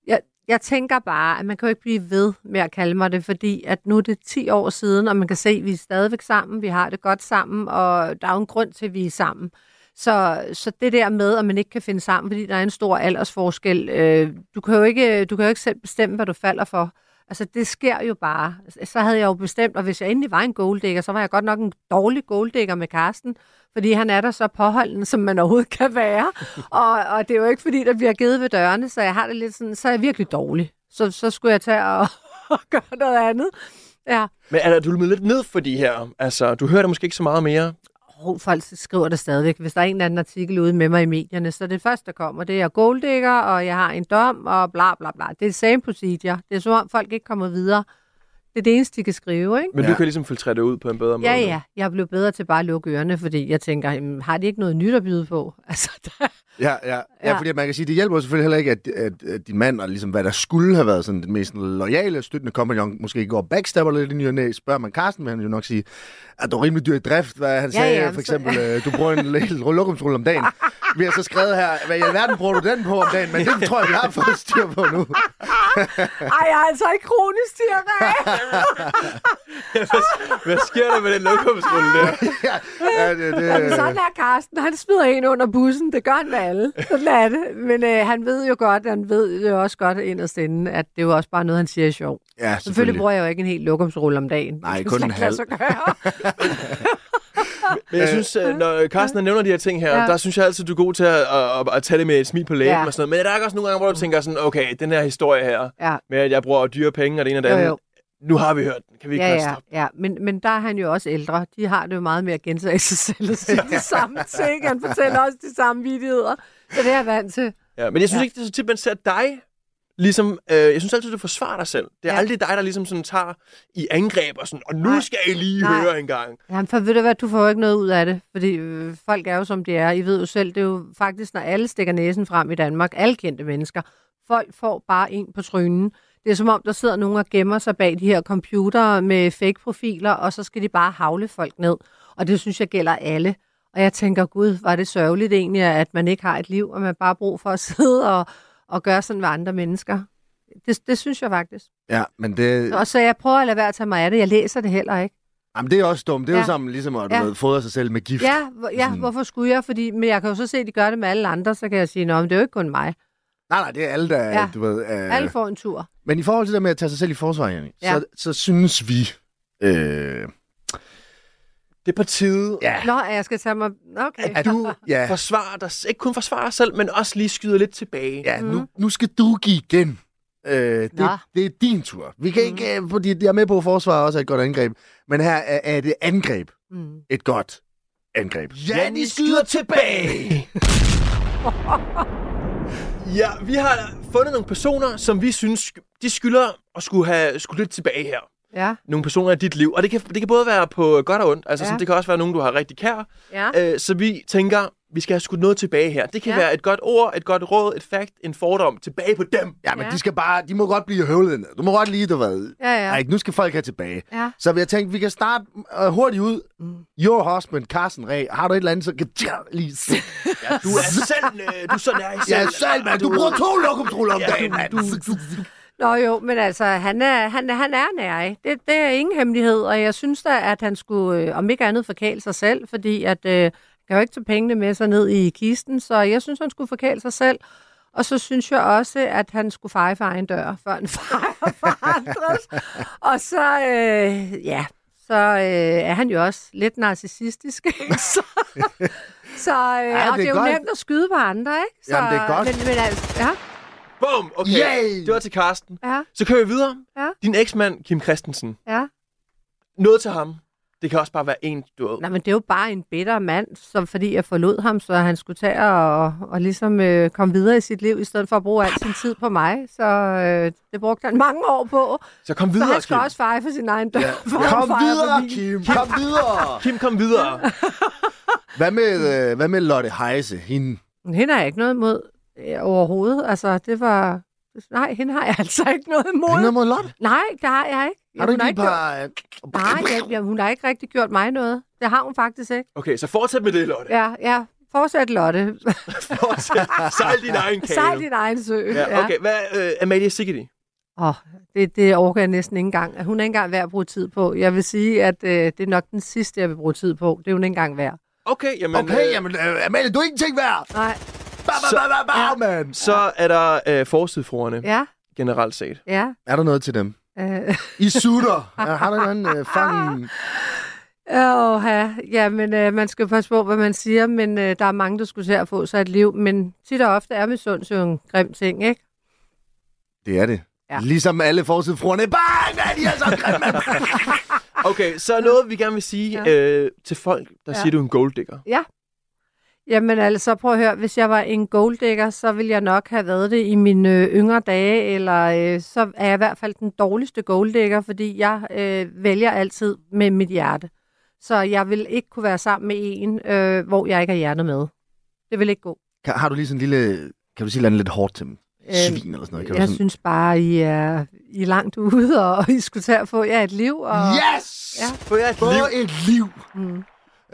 [SPEAKER 5] jeg, jeg tænker bare, at man kan jo ikke blive ved med at kalde mig det, fordi at nu er det 10 år siden, og man kan se, at vi er stadigvæk sammen, vi har det godt sammen, og der er jo en grund til, at vi er sammen. Så, så det der med, at man ikke kan finde sammen, fordi der er en stor aldersforskel, øh, du, kan jo ikke, du kan jo ikke selv bestemme, hvad du falder for. Altså, det sker jo bare. Så havde jeg jo bestemt, og hvis jeg endelig var en golddækker, så var jeg godt nok en dårlig golddækker med Karsten, fordi han er der så påholden, som man overhovedet kan være. Og, og det er jo ikke, fordi der bliver givet ved dørene, så jeg har det lidt sådan, så er jeg virkelig dårlig. Så, så skulle jeg tage og, [LAUGHS] og gøre noget andet. Ja.
[SPEAKER 3] Men er der, du er lidt ned for de her. Altså, du hører det måske ikke så meget mere.
[SPEAKER 5] Oh, folk skriver der stadigvæk. Hvis der er en eller anden artikel ude med mig i medierne, så er det første, der kommer, det er golddækker, og jeg har en dom, og bla bla bla. Det er same procedure. Det er som om, folk ikke kommer videre. Det er det eneste, de kan skrive, ikke?
[SPEAKER 3] Men ja.
[SPEAKER 4] Ja.
[SPEAKER 3] du kan ligesom filtrere det ud på en bedre måde.
[SPEAKER 5] Ja, ja. Jeg blev bedre til bare at lukke ørerne, fordi jeg tænker, jamen, har de ikke noget nyt at byde på? [LAUGHS] Altså, der...
[SPEAKER 4] Ja, ja, ja,
[SPEAKER 5] Ja.
[SPEAKER 4] ja, fordi man kan sige, det hjælper jo selvfølgelig heller ikke, at, at, at din mand, og ligesom hvad der skulle have været sådan den mest lojale, støttende kompagnon, måske går og backstabber lidt i ny og næ. Spørger man Carsten, vil han jo nok sige, at du er rimelig dyr i drift, hvad han
[SPEAKER 5] Ja,
[SPEAKER 4] ja, sagde,
[SPEAKER 5] ja,
[SPEAKER 4] ja,
[SPEAKER 5] men
[SPEAKER 4] for
[SPEAKER 5] så-
[SPEAKER 4] eksempel, øh, du bruger en lille lokumsrulle om dagen. Vi har så skrevet her, hvad i alverden bruger du den på om dagen, men det tror jeg, vi har fået styr på nu.
[SPEAKER 5] Ej, jeg er altså ikke kronisk diarré.
[SPEAKER 3] Hvad sker der med den lokumsrulle der?
[SPEAKER 4] ja, ja, det, det,
[SPEAKER 5] Jamen, sådan er Karsten. Han smider en under bussen. Det gør han med alle. Sådan er det. Men øh, han ved jo godt, han ved jo også godt inderst inde, at det er jo også bare noget, han siger er sjov.
[SPEAKER 4] ja,
[SPEAKER 5] Selvfølgelig bruger jeg jo ikke en hel lokumsrulle om dagen.
[SPEAKER 4] Nej,
[SPEAKER 5] Det
[SPEAKER 4] kun
[SPEAKER 5] kan
[SPEAKER 4] en
[SPEAKER 5] slet ikke lade sig gøre.
[SPEAKER 3] Men jeg synes, øh, når Carsten nævner de her ting her,
[SPEAKER 5] Ja.
[SPEAKER 3] ja. der synes jeg altid, du er god til at, at, at, at tage det med et smil på læben
[SPEAKER 5] Ja.
[SPEAKER 3] ja. og sådan noget. Men der er ikke også nogle gange, hvor du tænker sådan, okay, den her historie her,
[SPEAKER 5] Ja.
[SPEAKER 3] med at jeg bruger dyre penge og det ene og det
[SPEAKER 5] Jo,
[SPEAKER 3] andet,
[SPEAKER 5] jo.
[SPEAKER 3] nu har vi hørt den. Kan vi ikke
[SPEAKER 5] Ja,
[SPEAKER 3] ja,
[SPEAKER 5] ja, ja. Men, men der er han jo også ældre. De har det jo meget med at gentage sig selv og sige de samme ting. Han fortæller også de samme vidigheder. Så det er jeg vant til.
[SPEAKER 3] ja. Men jeg synes
[SPEAKER 5] Ja.
[SPEAKER 3] ja. ikke, det er så tit, man ser dig Ligesom, øh, jeg synes altid, du forsvarer dig selv. Det er
[SPEAKER 5] Ja.
[SPEAKER 3] ja. aldrig dig, der ligesom sådan tager i angreb og sådan, og nu
[SPEAKER 5] Nej.
[SPEAKER 3] skal I lige
[SPEAKER 5] Nej.
[SPEAKER 3] høre en gang.
[SPEAKER 5] Jamen, for ved du hvad, du får jo ikke noget ud af det, fordi øh, folk er jo som de er. I ved jo selv, det er jo faktisk, når alle stikker næsen frem i Danmark, alle kendte mennesker, folk får bare en på trynen. Det er som om, der sidder nogen og gemmer sig bag de her computere med fake profiler, og så skal de bare havle folk ned. Og det synes jeg gælder alle. Og jeg tænker, gud, var det sørgeligt egentlig, at man ikke har et liv, og man bare har brug for at [LAUGHS] sidde og, og gøre sådan ved andre mennesker. Det, det synes jeg faktisk.
[SPEAKER 4] ja, men det,
[SPEAKER 5] Og så jeg prøver at lade være at tage mig af det. Jeg læser det heller ikke.
[SPEAKER 4] jamen, det er også dumt. Det er
[SPEAKER 5] Ja.
[SPEAKER 4] jo sammen ligesom at
[SPEAKER 5] Ja.
[SPEAKER 4] ja. fodre sig selv med gift. Mm.
[SPEAKER 5] Ja, hvor, ja
[SPEAKER 4] Sådan.
[SPEAKER 5] hvorfor skulle jeg? Fordi, men jeg kan jo så se, at de gør det med alle andre, så kan jeg sige, at det er jo ikke kun mig.
[SPEAKER 4] Nej, nej, det er alle, der,
[SPEAKER 5] Ja.
[SPEAKER 4] ja. du ved... Øh,
[SPEAKER 5] Alle får en tur.
[SPEAKER 4] Men i forhold til det med at tage sig selv i forsvar, Jenny,
[SPEAKER 5] Ja.
[SPEAKER 4] ja. så, så synes vi... Øh,
[SPEAKER 3] Det er på tide
[SPEAKER 4] ja,
[SPEAKER 5] Nå, at jeg skal tage mig... Okay.
[SPEAKER 4] at du... Ja,
[SPEAKER 3] forsvare dig, ikke kun forsvare dig selv, men også lige skyde lidt tilbage.
[SPEAKER 4] ja nu, nu skal du give igen. Øh,
[SPEAKER 5] Mhm. Nå. Mhm.
[SPEAKER 4] det, det er din tur. Vi kan ikke... Øh, fordi jeg er med på, at forsvar også er et godt angreb. Men her er, er det angreb.
[SPEAKER 5] Mm.
[SPEAKER 4] Et godt angreb.
[SPEAKER 3] Janni skyder tilbage! [LAUGHS] ja, vi har fundet nogle personer, som vi synes, de skylder at skulle have skulle lidt tilbage her.
[SPEAKER 5] Ja,
[SPEAKER 3] Nogle personer i dit liv. Og det kan, det kan både være på godt og ondt. Altså,
[SPEAKER 5] Ja.
[SPEAKER 3] ja. sådan, det kan også være nogen, du har rigtig kær.
[SPEAKER 5] ja.
[SPEAKER 3] Øh, så vi tænker, vi skal have skudt noget tilbage her. Det kan
[SPEAKER 5] Ja.
[SPEAKER 3] ja. være et godt ord, et godt råd, et fakt, en fordom. Tilbage på dem!
[SPEAKER 4] Ja, men
[SPEAKER 5] Ja.
[SPEAKER 4] ja. de skal bare... De må godt blive høvlet ned. Du må godt lige, du ved...
[SPEAKER 5] Ja,
[SPEAKER 4] Ja.
[SPEAKER 5] ja.
[SPEAKER 4] Ej, nu skal folk have tilbage.
[SPEAKER 5] Ja.
[SPEAKER 4] Så vi har tænkt, vi kan starte øh, hurtigt ud.
[SPEAKER 5] Mm.
[SPEAKER 4] Your husband, Carsten Ræ. Har du et eller andet, så kan tja, lige... s-
[SPEAKER 5] [LAUGHS]
[SPEAKER 3] Ja, du [LAUGHS] er selv... Øh, du er sådan er I selv.
[SPEAKER 4] Ja, selv, mand. Du bruger to lokumsruller om
[SPEAKER 3] Ja,
[SPEAKER 4] dagen,
[SPEAKER 3] du-
[SPEAKER 4] mand.
[SPEAKER 5] Nå jo, men altså, han er, han, han er nærig. Det, det er ingen hemmelighed, og jeg synes da, at han skulle, øh, om ikke andet, forkæle sig selv, fordi at, øh, han kan jo ikke tage pengene med sig ned i kisten, så jeg synes, han skulle forkæle sig selv. Og så synes jeg også, at han skulle feje for egen dør, før han [LAUGHS] fejer for andres. Og så, øh, ja, så øh, er han jo også lidt narcissistisk. ikke? [LAUGHS] så så øh,
[SPEAKER 4] det
[SPEAKER 5] ja,
[SPEAKER 4] er
[SPEAKER 5] og det er jo
[SPEAKER 4] godt.
[SPEAKER 5] nemt at skyde på andre, ikke? Så,
[SPEAKER 4] Jamen, det er godt.
[SPEAKER 5] Men, men altså, ja,
[SPEAKER 3] Boom! Okay,
[SPEAKER 4] Yay!
[SPEAKER 3] det var til Karsten.
[SPEAKER 5] ja,
[SPEAKER 3] Så kører vi videre.
[SPEAKER 5] Ja.
[SPEAKER 3] Din eksmand, Kim Christensen.
[SPEAKER 5] ja.
[SPEAKER 3] Noget til ham. Det kan også bare være en, du ved.
[SPEAKER 5] Nej, men det er jo bare en bitter mand, som fordi jeg forlod ham, så han skulle tage og, og ligesom øh, komme videre i sit liv, i stedet for at bruge al sin tid på mig. Så øh, det brugte han mange år på.
[SPEAKER 3] Så kom
[SPEAKER 5] Så
[SPEAKER 3] videre,
[SPEAKER 5] han skal
[SPEAKER 3] Kim.
[SPEAKER 5] også feje for sin egen dør. Ja.
[SPEAKER 4] Kom videre, Kim. Kom videre.
[SPEAKER 3] Kim, kom videre.
[SPEAKER 4] Hvad med, øh, hvad med Lotte Heise? Hende.
[SPEAKER 5] Hende har jeg ikke noget imod øh, overhovedet. Altså, det var... Nej, hende har jeg [LAUGHS] altså ikke noget imod.
[SPEAKER 4] Hende er mod Lotte.
[SPEAKER 5] Nej, det har jeg ikke.
[SPEAKER 4] Har du
[SPEAKER 5] Hun
[SPEAKER 4] ikke lige
[SPEAKER 5] ikke gjort...
[SPEAKER 4] bare...
[SPEAKER 5] Nej, jeg, jeg, hun har ikke rigtig gjort mig noget. Det har hun faktisk ikke.
[SPEAKER 3] Okay, så fortsæt med det, Lotte.
[SPEAKER 5] Ja, ja. Fortsæt, Lotte.
[SPEAKER 3] Fortsæt. Sejl din egen kage.
[SPEAKER 5] Sejl din egen sø.
[SPEAKER 3] Ja, okay. Hvad, øh, Amalie Sigeti?
[SPEAKER 5] Åh, det, det overgår jeg næsten ikke engang. Hun er ikke engang værd at bruge tid på. Jeg vil sige, at øh, det er nok den sidste, jeg vil bruge tid på. Det er hun ikke engang værd.
[SPEAKER 3] Okay, jamen...
[SPEAKER 4] Okay,
[SPEAKER 3] øh,
[SPEAKER 4] jamen, øh, Amalie, du er ingenting værd.
[SPEAKER 5] Nej,
[SPEAKER 4] Ba, ba, ba, ba, ba, man.
[SPEAKER 3] Så er der øh, forsidfruerne, ja.
[SPEAKER 5] ja,
[SPEAKER 3] generelt set.
[SPEAKER 5] ja.
[SPEAKER 4] Er der noget til dem?
[SPEAKER 5] Øh, [LAUGHS]
[SPEAKER 4] I sutter. Ja, Har du en øh, fangen?
[SPEAKER 5] åh, ja, ja, men øh, man skal passe på, hvad man siger, men øh, der er mange, der skulle til at få sig et liv. Men tit og ofte er misundelse jo en grim ting, ikke?
[SPEAKER 4] Det er det.
[SPEAKER 5] Ja.
[SPEAKER 4] Ligesom alle forsidfruerne. Bang, man, de er så grimme.
[SPEAKER 3] Okay, så er noget, vi gerne vil sige ja. øh, til folk, der ja.
[SPEAKER 5] Ah. Ja.
[SPEAKER 3] siger, du er en golddigger.
[SPEAKER 5] Jamen altså, prøv at høre, hvis jeg var en golddigger, så ville jeg nok have været det i mine øh, yngre dage, eller øh, så er jeg i hvert fald den dårligste golddigger, fordi jeg øh, vælger altid med mit hjerte. Så jeg vil ikke kunne være sammen med en, øh, hvor jeg ikke har hjertet med. Det vil ikke gå.
[SPEAKER 4] Kan, har du lige sådan en lille... Kan du sige noget lidt hårdt til dem?
[SPEAKER 5] Øh,
[SPEAKER 4] Svin eller sådan noget. Kan
[SPEAKER 5] Jeg
[SPEAKER 4] du sådan...
[SPEAKER 5] synes bare, I er, I er langt ude, og, [LAUGHS] og I skulle tage at få jer et liv. Og,
[SPEAKER 4] Yes!
[SPEAKER 5] Ja.
[SPEAKER 3] Få jer et
[SPEAKER 4] Få
[SPEAKER 3] liv.
[SPEAKER 4] et liv.
[SPEAKER 5] mm,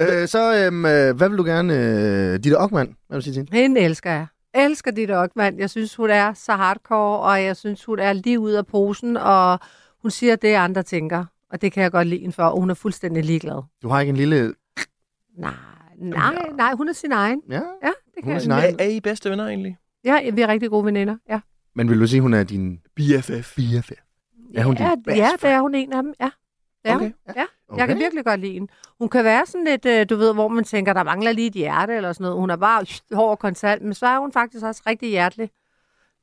[SPEAKER 4] Øh, så øhm, øh, hvad vil du gerne... Øh, Ditte Ockmann, hvad vil du sige til hende?
[SPEAKER 5] hende elsker jeg. Elsker dit Ockmann. Jeg synes, hun er så hardcore, og jeg synes, hun er lige ud af posen, og hun siger det, andre tænker. Og det kan jeg godt lide hende for, og hun er fuldstændig ligeglad.
[SPEAKER 4] Du har ikke en lille...
[SPEAKER 5] Nej, nej, nej, hun er sin egen.
[SPEAKER 4] Ja?
[SPEAKER 5] Ja, det
[SPEAKER 4] Hun er
[SPEAKER 5] kan
[SPEAKER 4] sin
[SPEAKER 5] jeg.
[SPEAKER 4] egen.
[SPEAKER 3] Er, er I bedste venner egentlig?
[SPEAKER 5] Ja, vi er rigtig gode veninder. Ja,
[SPEAKER 4] Men vil du sige, hun er din
[SPEAKER 3] BFF.
[SPEAKER 4] BFF? Er hun din
[SPEAKER 5] ja,
[SPEAKER 4] bedste
[SPEAKER 5] ja det er hun en af dem. Ja, det er
[SPEAKER 3] Okay.
[SPEAKER 5] hun. Okay. Jeg kan virkelig godt lide hende. Hun kan være sådan lidt, øh, du ved, hvor man tænker, der mangler lige et hjerte eller sådan noget. Hun er bare øh, hård og kontant, men så er hun faktisk også rigtig hjertelig,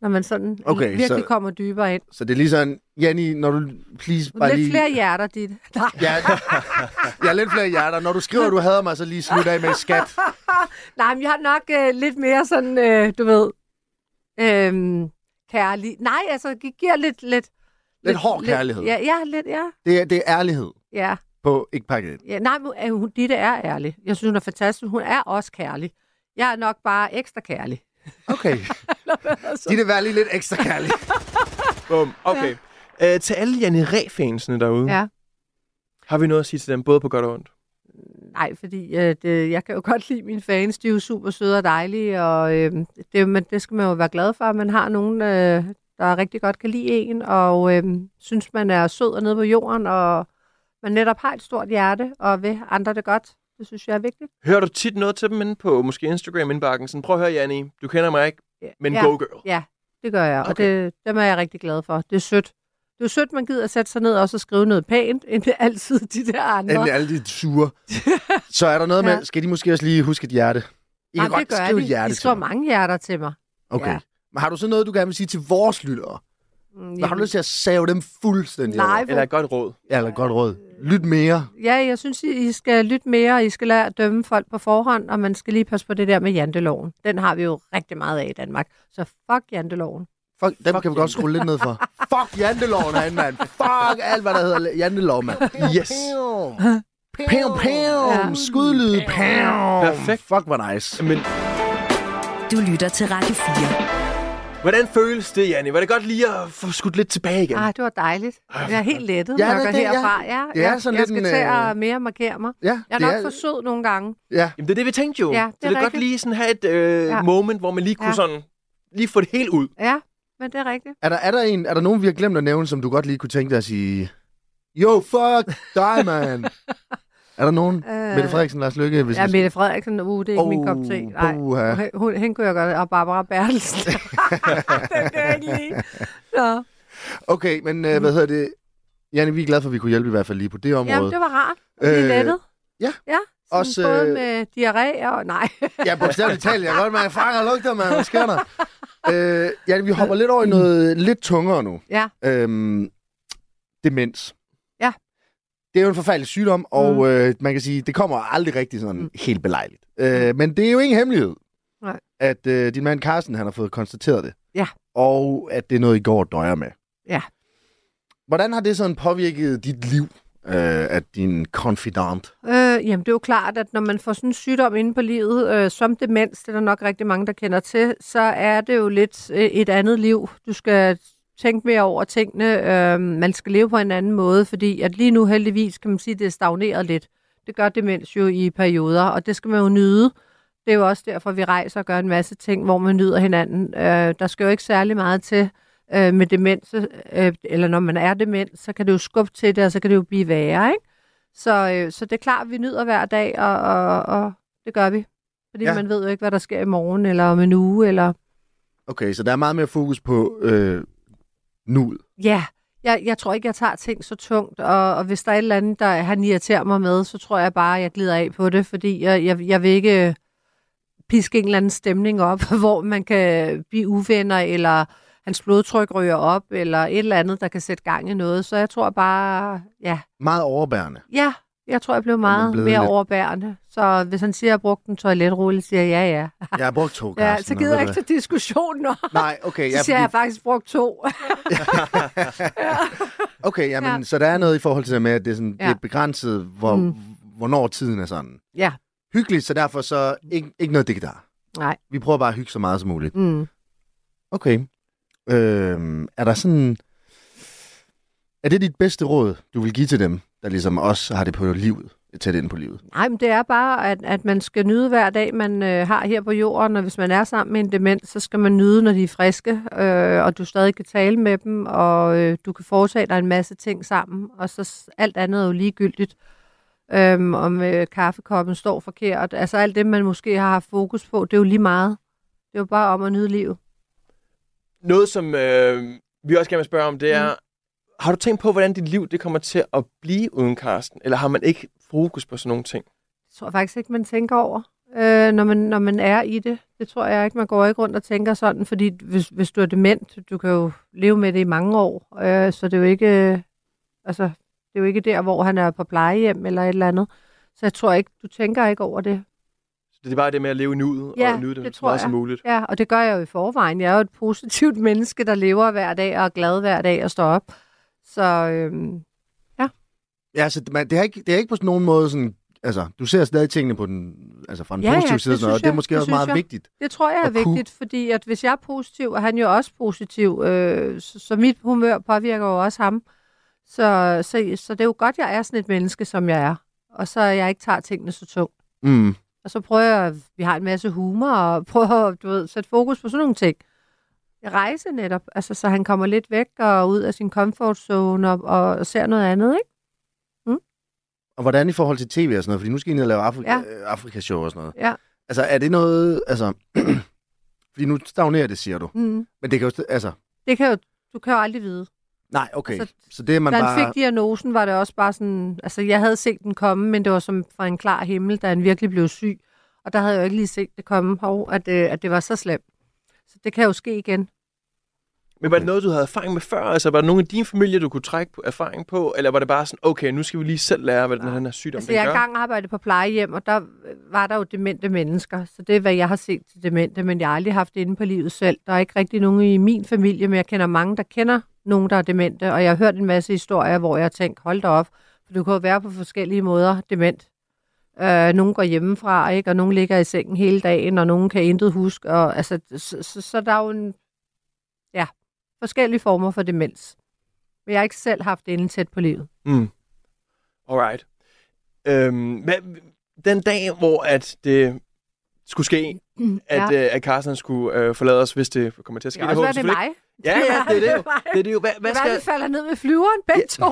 [SPEAKER 5] når man sådan
[SPEAKER 4] Okay,
[SPEAKER 5] virkelig
[SPEAKER 4] så-
[SPEAKER 5] kommer dybere ind.
[SPEAKER 4] Så det er lige sådan, Janni, når du please bare
[SPEAKER 5] Lidt
[SPEAKER 4] lige...
[SPEAKER 5] flere hjerter, dit. [LAUGHS] Nej,
[SPEAKER 4] Ja, ja, lidt flere hjerter. Når du skriver, du hader mig, så lige slut af med et skat.
[SPEAKER 5] nej men jeg har nok øh, lidt mere sådan, øh, du ved, øh, kærlig. Nej, altså, gi- giver lidt... Lidt,
[SPEAKER 4] hård kærlighed.
[SPEAKER 5] Ja, ja, lidt, ja.
[SPEAKER 4] Det er, det er ærlighed
[SPEAKER 5] ja,
[SPEAKER 4] på ikke pakket ind.
[SPEAKER 5] ja. Nej, men øh, hun, Ditte er ærlig. Jeg synes, hun er fantastisk. Hun er også kærlig. Jeg er nok bare ekstra kærlig.
[SPEAKER 4] [LAUGHS] Okay. De vil være lige lidt ekstra [LAUGHS] kærlige.
[SPEAKER 3] Bum. Okay. Ja. Øh, til alle Janne Ræ-fansene
[SPEAKER 4] Mm.
[SPEAKER 3] derude,
[SPEAKER 5] Ja.
[SPEAKER 3] har vi noget at sige til dem, både på godt og ondt?
[SPEAKER 5] Nej, fordi øh, det, jeg kan jo godt lide mine fans. De er jo super søde og dejlige, og øh, det, men det skal man jo være glad for, at man har nogen, øh, der rigtig godt kan lide en, og øh, synes, man er sød og nede på jorden, og man netop har et stort hjerte, og vil andre det godt. Det synes jeg er vigtigt.
[SPEAKER 3] Hører du tit noget til dem inde på måske Instagram-indbakken? Sådan, prøv at høre, Janne, du kender mig ikke,
[SPEAKER 5] Ja,
[SPEAKER 3] men
[SPEAKER 5] ja,
[SPEAKER 3] go girl.
[SPEAKER 5] det gør jeg, okay. og det, dem er jeg rigtig glad for. Det er sødt. Det er sødt, man gider at sætte sig ned og også skrive noget pænt, [LAUGHS] end det altid de der andre.
[SPEAKER 4] Endelig alle de sure. Så er der noget med,
[SPEAKER 5] Ja.
[SPEAKER 4] skal de måske også lige huske et hjerte? I
[SPEAKER 5] Nej,
[SPEAKER 4] kan
[SPEAKER 5] det
[SPEAKER 4] godt
[SPEAKER 5] gør
[SPEAKER 4] skrive et
[SPEAKER 5] de.
[SPEAKER 4] hjerte
[SPEAKER 5] de
[SPEAKER 4] til
[SPEAKER 5] skriver
[SPEAKER 4] mig.
[SPEAKER 5] mange hjerter til mig.
[SPEAKER 4] Okay.
[SPEAKER 5] Ja.
[SPEAKER 4] Men har du så noget, du gerne vil sige til vores lyttere?
[SPEAKER 5] Mm,
[SPEAKER 4] Hvad har du lyst til at save dem fuldstændig
[SPEAKER 5] Nej,
[SPEAKER 4] over?
[SPEAKER 3] Eller et godt råd.
[SPEAKER 4] Ja, eller godt råd. Lyt mere.
[SPEAKER 5] Ja, jeg synes, I I skal lytte mere, og I skal lære at dømme folk på forhånd, og man skal lige passe på det der med janteloven. Den har vi jo rigtig meget af i Danmark. Så fuck janteloven.
[SPEAKER 4] Fuck, dem Fuck kan vi godt skrue lidt ned
[SPEAKER 5] [LAUGHS]
[SPEAKER 4] for. Fuck janteloven herinde, mand. Fuck alt, hvad der hedder jantelov, mand. Yes. Pæv,
[SPEAKER 5] Ja.
[SPEAKER 4] pæv. Skudlyde, pæv.
[SPEAKER 3] Perfekt.
[SPEAKER 4] Fuck, hvor nice.
[SPEAKER 3] Men
[SPEAKER 2] Du lytter til Radio 4.
[SPEAKER 3] hvordan føles det, Janne? Var det godt lige at få skudt lidt tilbage igen?
[SPEAKER 5] Ah, det var dejligt. Jeg er helt lettet,
[SPEAKER 4] Ja,
[SPEAKER 5] når jeg
[SPEAKER 4] det-
[SPEAKER 5] går
[SPEAKER 4] det- ja.
[SPEAKER 5] herfra. Ja,
[SPEAKER 4] Det er
[SPEAKER 5] jeg,
[SPEAKER 4] sådan
[SPEAKER 5] jeg
[SPEAKER 4] lidt
[SPEAKER 5] skal
[SPEAKER 4] en,
[SPEAKER 5] til
[SPEAKER 4] øh,
[SPEAKER 5] at mere markere mig.
[SPEAKER 4] Ja,
[SPEAKER 5] Jeg er
[SPEAKER 4] det
[SPEAKER 5] nok
[SPEAKER 4] er,
[SPEAKER 5] for sød nogle gange.
[SPEAKER 4] ja.
[SPEAKER 3] Jamen, det er det, vi tænkte jo.
[SPEAKER 5] Ja, det
[SPEAKER 3] så
[SPEAKER 5] er
[SPEAKER 3] det er godt
[SPEAKER 5] rigtigt.
[SPEAKER 3] lige sådan have et øh,
[SPEAKER 5] Ja.
[SPEAKER 3] moment, hvor man lige kunne
[SPEAKER 5] Ja.
[SPEAKER 3] sådan, lige få det helt ud.
[SPEAKER 5] Ja, men det er rigtigt.
[SPEAKER 4] Er der, er, der en, er der nogen, vi har glemt at nævne, som du godt lige kunne tænke dig at sige, Yo, fuck dig,
[SPEAKER 5] [LAUGHS]
[SPEAKER 4] man. er der nogen?
[SPEAKER 5] Øh,
[SPEAKER 4] Mette Frederiksen, Lars Lykke, hvis
[SPEAKER 5] Ja,
[SPEAKER 4] vi-
[SPEAKER 5] Mette Frederiksen, uh, det er ikke
[SPEAKER 4] Oh,
[SPEAKER 5] min kop te. Nej.
[SPEAKER 4] puha.
[SPEAKER 5] Hun- Hun, hende kunne jeg godt, og Barbara
[SPEAKER 4] [LAUGHS]
[SPEAKER 5] Bertelsen. Den kan jeg ikke lide. Nå.
[SPEAKER 4] Okay, men
[SPEAKER 5] Mm.
[SPEAKER 4] øh, hvad hedder det? Janne, vi er glade for, at vi kunne hjælpe i hvert fald lige på det område.
[SPEAKER 5] Jamen, det var rart. Det er
[SPEAKER 4] Øh,
[SPEAKER 5] lettet.
[SPEAKER 4] ja.
[SPEAKER 5] ja sådan
[SPEAKER 4] Også,
[SPEAKER 5] også, både
[SPEAKER 4] øh,
[SPEAKER 5] med diarré og... Nej.
[SPEAKER 4] Ja, bogstaveligt talt. Jeg kan godt mærke, fanger lugter, man. Hvad sker der? Øh, ja, vi hopper lidt over i noget lidt tungere nu.
[SPEAKER 5] Ja.
[SPEAKER 4] Øhm, demens.
[SPEAKER 5] Ja.
[SPEAKER 4] Det er jo en forfærdelig sygdom, og mm. øh, man kan sige, det kommer aldrig rigtig sådan mm. helt belejligt. Øh, men det er jo ingen hemmelighed,
[SPEAKER 5] Nej.
[SPEAKER 4] at øh, din mand Carsten, han har fået konstateret det.
[SPEAKER 5] Ja.
[SPEAKER 4] Og at det er noget, I går og døjer med.
[SPEAKER 5] Ja.
[SPEAKER 4] Hvordan har det sådan påvirket dit liv, øh, at din confidant?
[SPEAKER 5] Øh, jamen, det er jo klart, at når man får sådan en sygdom inde på livet, øh, som demens, det er der nok rigtig mange, der kender til, så er det jo lidt øh, et andet liv. Du skal tænke mere over tingene. Øh, man skal leve på en anden måde, fordi at lige nu heldigvis kan man sige, at det er stagneret lidt. Det gør demens jo i perioder, og det skal man jo nyde. Det er jo også derfor, vi rejser og gør en masse ting, hvor man nyder hinanden. Øh, der skal jo ikke særlig meget til øh, med demens, øh, eller når man er dement, så kan det jo skubbe til det, og så kan det jo blive værre, ikke? Så, øh, så det er klart, vi nyder hver dag, og, og, og det gør vi. Fordi
[SPEAKER 4] Ja.
[SPEAKER 5] ja. man ved jo ikke, hvad der sker i morgen, eller om en uge, eller...
[SPEAKER 4] Okay, så der er meget mere fokus på øh, nuet.
[SPEAKER 5] Ja, jeg, jeg tror ikke, jeg tager ting så tungt, og, og hvis der er et eller andet, der han irriterer mig med, så tror jeg bare, jeg glider af på det, fordi jeg, jeg, jeg vil ikke øh, piske en eller anden stemning op, [LAUGHS] hvor man kan blive uvenner, eller hans blodtryk ryger op, eller et eller andet, der kan sætte gang i noget. Så jeg tror bare, ja,
[SPEAKER 4] Meget overbærende.
[SPEAKER 5] ja jeg tror, jeg blev
[SPEAKER 4] man
[SPEAKER 5] meget
[SPEAKER 4] blevet
[SPEAKER 5] mere lidt...
[SPEAKER 4] lidt-
[SPEAKER 5] overbærende. Så hvis han siger, at jeg brugte en toiletrulle, siger jeg ja, ja.
[SPEAKER 4] Jeg har brugt to,
[SPEAKER 5] [LAUGHS] ja
[SPEAKER 4] Carsten.
[SPEAKER 5] så
[SPEAKER 4] og
[SPEAKER 5] gider jeg
[SPEAKER 4] ved
[SPEAKER 5] ikke
[SPEAKER 4] du
[SPEAKER 5] til diskussionen om.
[SPEAKER 4] hvad? Nej, okay.
[SPEAKER 5] [LAUGHS] Så
[SPEAKER 4] Ja,
[SPEAKER 5] siger jeg, jeg har
[SPEAKER 4] fordi,
[SPEAKER 5] faktisk brugt to.
[SPEAKER 4] okay, jamen,
[SPEAKER 5] Ja.
[SPEAKER 4] så der er noget i forhold til det med, at det er, sådan, ja.
[SPEAKER 5] Ja.
[SPEAKER 4] det er begrænset, hvor, mm.
[SPEAKER 5] Mm.
[SPEAKER 4] hvornår tiden er sådan.
[SPEAKER 5] ja,
[SPEAKER 4] Hyggeligt, så derfor så ikke, ikke noget digitar.
[SPEAKER 5] nej.
[SPEAKER 4] Vi prøver bare at hygge så meget som muligt.
[SPEAKER 5] Mm.
[SPEAKER 4] Okay. Øhm, er der sådan... Er det dit bedste råd, du vil give til dem, der ligesom også har det på livet, tæt ind på livet?
[SPEAKER 5] Nej, men det er bare, at, at man skal nyde hver dag, man øh, har her på jorden, og hvis man er sammen med en dement, så skal man nyde, når de er friske, øh, og du stadig kan tale med dem, og øh, du kan foretage dig en masse ting sammen, og så s- alt andet er jo ligegyldigt, øhm, om øh, kaffekoppen står forkert. Altså alt det, man måske har haft fokus på, det er jo lige meget. Det er jo bare om at nyde livet.
[SPEAKER 3] Noget, som øh, vi også gerne vil spørge om, det er, mm. har du tænkt på, hvordan dit liv det kommer til at blive uden Karsten? Eller har man ikke fokus på sådan nogle ting?
[SPEAKER 5] Det tror jeg faktisk ikke, man tænker over, øh, når, man, når man er i det. Det tror jeg ikke, man går ikke rundt og tænker sådan, fordi hvis, hvis du er dement, du kan jo leve med det i mange år, øh, så det er jo ikke, øh, altså, det er jo ikke der, hvor han er på plejehjem eller et eller andet. Så jeg tror ikke, du tænker ikke over det.
[SPEAKER 3] Det er bare det med at leve i nuet
[SPEAKER 5] Ja,
[SPEAKER 3] og nyde det,
[SPEAKER 5] det
[SPEAKER 3] så
[SPEAKER 5] tror
[SPEAKER 3] meget som
[SPEAKER 5] jeg.
[SPEAKER 3] muligt.
[SPEAKER 5] Ja, og det gør jeg jo i forvejen. Jeg er jo et positivt [LAUGHS] menneske, der lever hver dag og er glad hver dag og står op. Så øhm,
[SPEAKER 4] Ja, så det- man, det, er ikke, det er ikke på sådan nogen måde sådan... Altså, du ser stadig tingene på den, altså fra en
[SPEAKER 5] Ja, ja,
[SPEAKER 4] positiv side,
[SPEAKER 5] det
[SPEAKER 4] og sådan noget, og
[SPEAKER 5] synes
[SPEAKER 4] det er
[SPEAKER 5] jeg.
[SPEAKER 4] måske
[SPEAKER 5] Det
[SPEAKER 4] også
[SPEAKER 5] synes
[SPEAKER 4] meget
[SPEAKER 5] jeg.
[SPEAKER 4] vigtigt.
[SPEAKER 5] Det tror jeg er
[SPEAKER 4] Og kunne.
[SPEAKER 5] vigtigt, fordi at hvis jeg er positiv, og han jo også positiv, øh, så, så mit humør påvirker jo også ham. Så, så, så det er jo godt, jeg er sådan et menneske, som jeg er. Og så jeg ikke tager tingene så tungt.
[SPEAKER 4] Mm.
[SPEAKER 5] Og så prøver jeg, vi har en masse humor, og prøver at du ved, sætte fokus på sådan nogle ting. Jeg rejser netop, altså, så han kommer lidt væk og ud af sin comfort zone og, og ser noget andet, ikke?
[SPEAKER 4] Og hvordan i forhold til tv og sådan noget? Fordi nu skal I ned og lave Afrika,
[SPEAKER 5] Ja.
[SPEAKER 4] ja. Afrika-show og sådan noget.
[SPEAKER 5] Ja.
[SPEAKER 4] Altså, er det noget... Altså, [CLEARS THROAT] fordi nu stagnerer det, siger du.
[SPEAKER 5] Mm.
[SPEAKER 4] Men det kan jo... st- Altså,
[SPEAKER 5] Det kan jo, du kan jo aldrig vide.
[SPEAKER 4] nej, okay. Så,
[SPEAKER 5] Altså,
[SPEAKER 4] så det er man
[SPEAKER 5] da han
[SPEAKER 4] bare...
[SPEAKER 5] fik diagnosen, var det også bare sådan... Altså, jeg havde set den komme, men det var som fra en klar himmel, da han virkelig blev syg. Og der havde jeg jo ikke lige set det komme, hov, at, øh, at det var så slemt. Så det kan jo ske igen.
[SPEAKER 3] Men var det noget, du havde erfaring med før? Altså, var der nogen i din familie, du kunne trække på- erfaring på? Eller var det bare sådan, okay, nu skal vi lige selv lære, hvad den her sygdom
[SPEAKER 5] Altså,
[SPEAKER 3] den
[SPEAKER 5] jeg
[SPEAKER 3] gør?
[SPEAKER 5] har engang arbejdet på plejehjem, og der øh, var der jo demente mennesker. Så det er, hvad jeg har set til demente, men jeg har aldrig haft det inde på livet selv. Der er ikke rigtig nogen i min familie, men jeg kender mange, der kender nogen, der er demente. Og jeg har hørt en masse historier, hvor jeg har tænkt, hold da op, for du kan jo være på forskellige måder dement. Øh, nogen går hjemmefra, ikke? og nogen ligger i sengen hele dagen, og nogen kan intet huske. Og, altså, så, så, så der er jo en, ja, forskellige former for demens. Men jeg har ikke selv haft det inde tæt på livet.
[SPEAKER 3] Mm. Alright. Øhm, hvad, den dag, hvor at det skulle ske, at, ja. øh, at Carsten skulle øh, forlade os, hvis det kommer til at ske.
[SPEAKER 5] Det kan også
[SPEAKER 3] håber
[SPEAKER 5] være, det er
[SPEAKER 3] selvfølgelig
[SPEAKER 5] mig.
[SPEAKER 3] ikke. Ja, ja, det er det. jo. Det er det jo. Hvad,
[SPEAKER 5] Hvad
[SPEAKER 3] hvad,
[SPEAKER 5] skal... Hvad
[SPEAKER 3] skal,
[SPEAKER 5] falder ned med flyveren, begge to?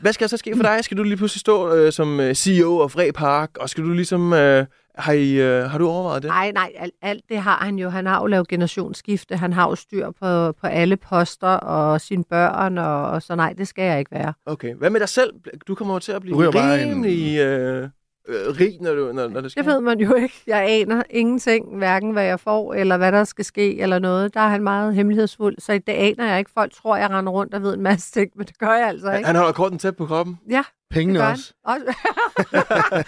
[SPEAKER 3] hvad skal så ske for dig? Skal du lige pludselig stå øh, som øh, CEO af Fre Park, og skal du ligesom... Øh, har, I, øh, har du overvejet det?
[SPEAKER 5] Nej, nej, alt, alt det har han jo. Han har jo lavet generationsskifte. Han har jo styr på, på alle poster og sine børn, og, og så nej, det skal jeg ikke være.
[SPEAKER 3] Okay. Hvad med dig selv? Du kommer jo til at blive
[SPEAKER 4] Du ryger bare en-
[SPEAKER 3] rimelig øh, øh, rig, når, du, når, når det sker.
[SPEAKER 5] Det ved man jo ikke. Jeg aner ingenting, hverken hvad jeg får, eller hvad der skal ske, eller noget. Der er han meget hemmelighedsfuld, så det aner jeg ikke. Folk tror, jeg render rundt og ved en masse ting, men det gør jeg altså
[SPEAKER 3] Han,
[SPEAKER 5] ikke.
[SPEAKER 3] han holder korten tæt på kroppen.
[SPEAKER 5] Ja,
[SPEAKER 4] Pengene
[SPEAKER 5] gør
[SPEAKER 4] også.
[SPEAKER 5] han. Også.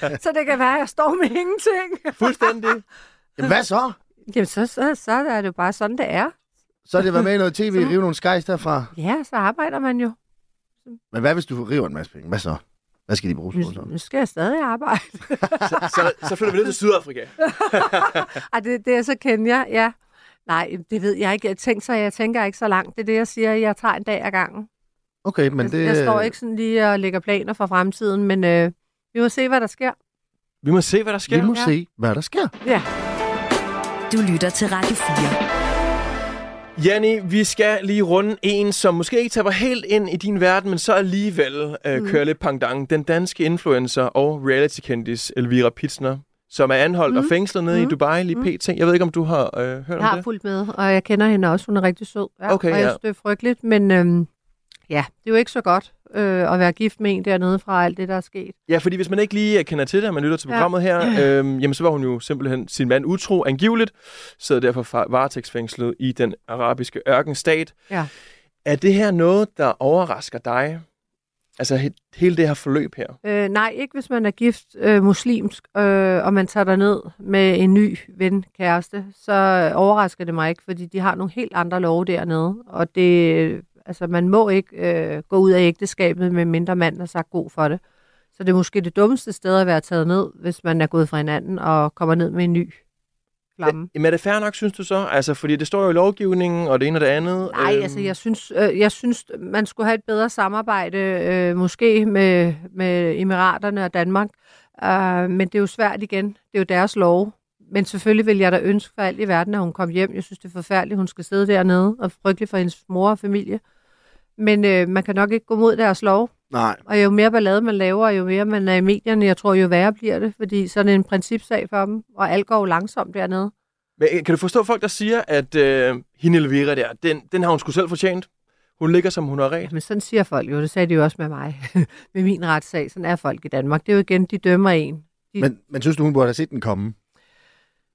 [SPEAKER 5] [LAUGHS] så det kan være, at jeg står med ingenting.
[SPEAKER 3] Fuldstændig.
[SPEAKER 4] Jamen, hvad så?
[SPEAKER 5] Jamen, så, så, så er det jo bare sådan, det er.
[SPEAKER 4] Så er det at være med i
[SPEAKER 5] [LAUGHS]
[SPEAKER 4] noget tv, rive nogle skejs derfra.
[SPEAKER 5] Ja, så arbejder man jo.
[SPEAKER 4] Men hvad hvis du river en masse penge? Hvad så? Hvad skal de bruges på
[SPEAKER 5] Nu,
[SPEAKER 4] så?
[SPEAKER 5] nu skal jeg stadig arbejde.
[SPEAKER 3] Så, så, så flytter vi ned til Sydafrika.
[SPEAKER 5] Ej, det, det er så Kenya, ja. Nej, det ved jeg ikke. Jeg tænker, så jeg tænker ikke så langt. Det er det, jeg siger. Jeg tager en dag ad gangen.
[SPEAKER 4] Okay, men
[SPEAKER 5] Men
[SPEAKER 4] det...
[SPEAKER 5] det... Jeg står ikke sådan lige og lægger planer for fremtiden, men øh, vi må se, hvad der sker.
[SPEAKER 3] Vi må se, hvad der sker.
[SPEAKER 4] Vi må
[SPEAKER 5] Ja.
[SPEAKER 4] se, hvad der sker.
[SPEAKER 5] Ja.
[SPEAKER 2] Du lytter til Radio 4.
[SPEAKER 3] Janni, vi skal lige runde en, som måske ikke taber helt ind i din verden, men så alligevel øh,
[SPEAKER 5] Mhm.
[SPEAKER 3] mm. kører lidt pangdang. Den danske influencer og reality-kendis Elvira Pitsner, som er anholdt mm. og fængslet nede mm. i Dubai lige pt. Jeg ved ikke, om du har øh, hørt
[SPEAKER 5] Mhm. Jeg
[SPEAKER 3] om
[SPEAKER 5] har
[SPEAKER 3] det?
[SPEAKER 5] fulgt med, og jeg kender hende også. Hun er rigtig sød. Ja,
[SPEAKER 3] Okay,
[SPEAKER 5] og jeg
[SPEAKER 3] ja.
[SPEAKER 5] synes, det er frygteligt, men øhm, ja, det er jo ikke så godt øh, at være gift med en dernede fra alt det, der er sket.
[SPEAKER 3] Ja, fordi hvis man ikke lige øh, kender til det, og man lytter til
[SPEAKER 5] Ja.
[SPEAKER 3] programmet
[SPEAKER 5] [CLEARS THROAT]
[SPEAKER 3] her, øh, jamen så var hun jo simpelthen sin mand utro, angiveligt, sad derfor fa- varetægtsfængslet i den arabiske ørkenstat.
[SPEAKER 5] Ja.
[SPEAKER 3] Er det her noget, der overrasker dig? Altså he- hele det her forløb her?
[SPEAKER 5] Øh, nej, ikke hvis man er gift øh, muslimsk, øh, og man tager derned med en ny ven, kæreste, så overrasker det mig ikke, fordi de har nogle helt andre love dernede, og det, øh, altså, man må ikke øh, gå ud af ægteskabet, med mindre mand har sagt god for det. Så det er måske det dummeste sted at være taget ned, hvis man er gået fra hinanden og kommer ned med en ny klamme.
[SPEAKER 3] Jamen er det fair nok, synes du så? Altså, fordi det står jo i lovgivningen, og det ene og det andet. øhm,
[SPEAKER 5] Nej, altså jeg synes, øh, jeg synes, man skulle have et bedre samarbejde, øh, måske med, med Emiraterne og Danmark. Øh, men det er jo svært igen. Det er jo deres lov. Men selvfølgelig vil jeg da ønske for alt i verden, at hun kom hjem. Jeg synes, det er forfærdeligt, hun skal sidde dernede, og frygteligt for hendes mor og familie. Men øh, man kan nok ikke gå mod deres lov.
[SPEAKER 4] Nej.
[SPEAKER 5] Og jo mere ballade man laver, og jo mere man er i medierne, jeg tror, jo værre bliver det, fordi sådan en principsag for dem, og alt går jo langsomt dernede.
[SPEAKER 3] Men, øh, kan du forstå folk, der siger, at øh, hende Elvira der, den, den har hun sgu selv fortjent? Hun ligger, som hun har ret.
[SPEAKER 5] Men sådan siger folk jo, det sagde de jo også med mig, [LAUGHS] med min retssag. Sådan er folk i Danmark. Det er jo igen, de dømmer en.
[SPEAKER 4] Men, men synes du, hun burde have set den komme?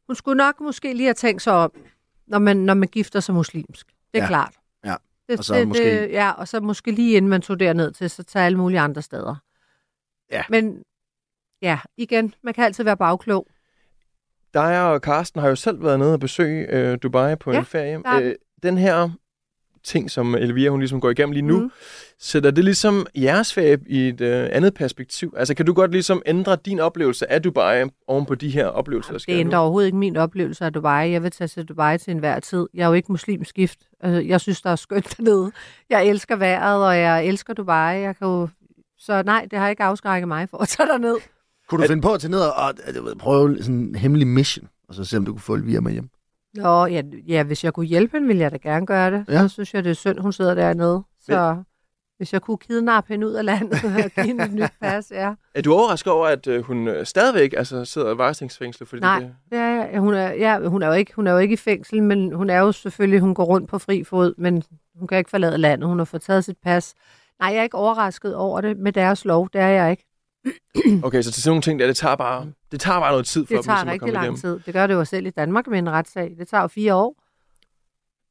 [SPEAKER 5] Hun skulle nok måske lige have tænkt sig om, når man, når man gifter sig muslimsk. Det er
[SPEAKER 4] Ja.
[SPEAKER 5] ja. klart.
[SPEAKER 4] Ja.
[SPEAKER 5] Det,
[SPEAKER 4] Og så måske-
[SPEAKER 5] Det, ja, og så måske lige inden man tog derned til, så tager alle mulige andre steder.
[SPEAKER 4] Ja.
[SPEAKER 5] Men ja, igen, man kan altid være bagklog.
[SPEAKER 3] Dig og Karsten har jo selv været nede og besøge øh, Dubai på
[SPEAKER 5] Ja,
[SPEAKER 3] en ferie.
[SPEAKER 5] der er vi.
[SPEAKER 3] Øh, den her ting, som Elvira hun ligesom går igennem lige nu, mm.
[SPEAKER 5] Mm.
[SPEAKER 3] sætter det ligesom jeres ferie i et øh, andet perspektiv? Altså, kan du godt ligesom ændre din oplevelse af Dubai oven på de her oplevelser, der sker
[SPEAKER 5] Det
[SPEAKER 3] nu?
[SPEAKER 5] ændrer overhovedet ikke min oplevelse af Dubai. Jeg vil tage til Dubai til enhver tid. Jeg er jo ikke muslimsk gift. Altså, jeg synes, der er skønt [LAUGHS] dernede. Jeg elsker vejret, og jeg elsker Dubai. Jeg kan jo... Så nej, det har ikke afskrækket mig for at tage derned.
[SPEAKER 4] Kunne du finde på at tage ned og, og jeg ved, prøve sådan en hemmelig mission, og så se, om du kunne få Elvira med hjem?
[SPEAKER 5] Nå, ja, ja, hvis jeg kunne hjælpe hende, ville jeg da gerne gøre det.
[SPEAKER 4] Ja.
[SPEAKER 5] Ja. Så synes jeg, det er synd, hun sidder dernede. Så hvis jeg kunne kidnappe hende ud af landet og give hende et nyt pas, ja.
[SPEAKER 3] Er du overrasket over, at øh, hun øh, stadigvæk altså, sidder i varetægtsfængslet? fordi
[SPEAKER 5] Nej,
[SPEAKER 3] det-
[SPEAKER 5] det er, jeg. hun, er, ja, hun, er jo ikke, hun er jo ikke i fængsel, men hun er jo selvfølgelig, hun går rundt på fri fod, men hun kan ikke forlade landet, hun har fået taget sit pas. Nej, jeg er ikke overrasket over det med deres lov, det er jeg ikke.
[SPEAKER 3] Okay, så til sådan nogle ting der, det tager bare, det tager bare noget tid for
[SPEAKER 5] Mm. Det
[SPEAKER 3] dem, ligesom
[SPEAKER 5] tager
[SPEAKER 3] at
[SPEAKER 5] rigtig
[SPEAKER 3] komme
[SPEAKER 5] lang
[SPEAKER 3] igennem.
[SPEAKER 5] tid. Det gør det jo selv i Danmark med en retssag. Det tager jo fire år.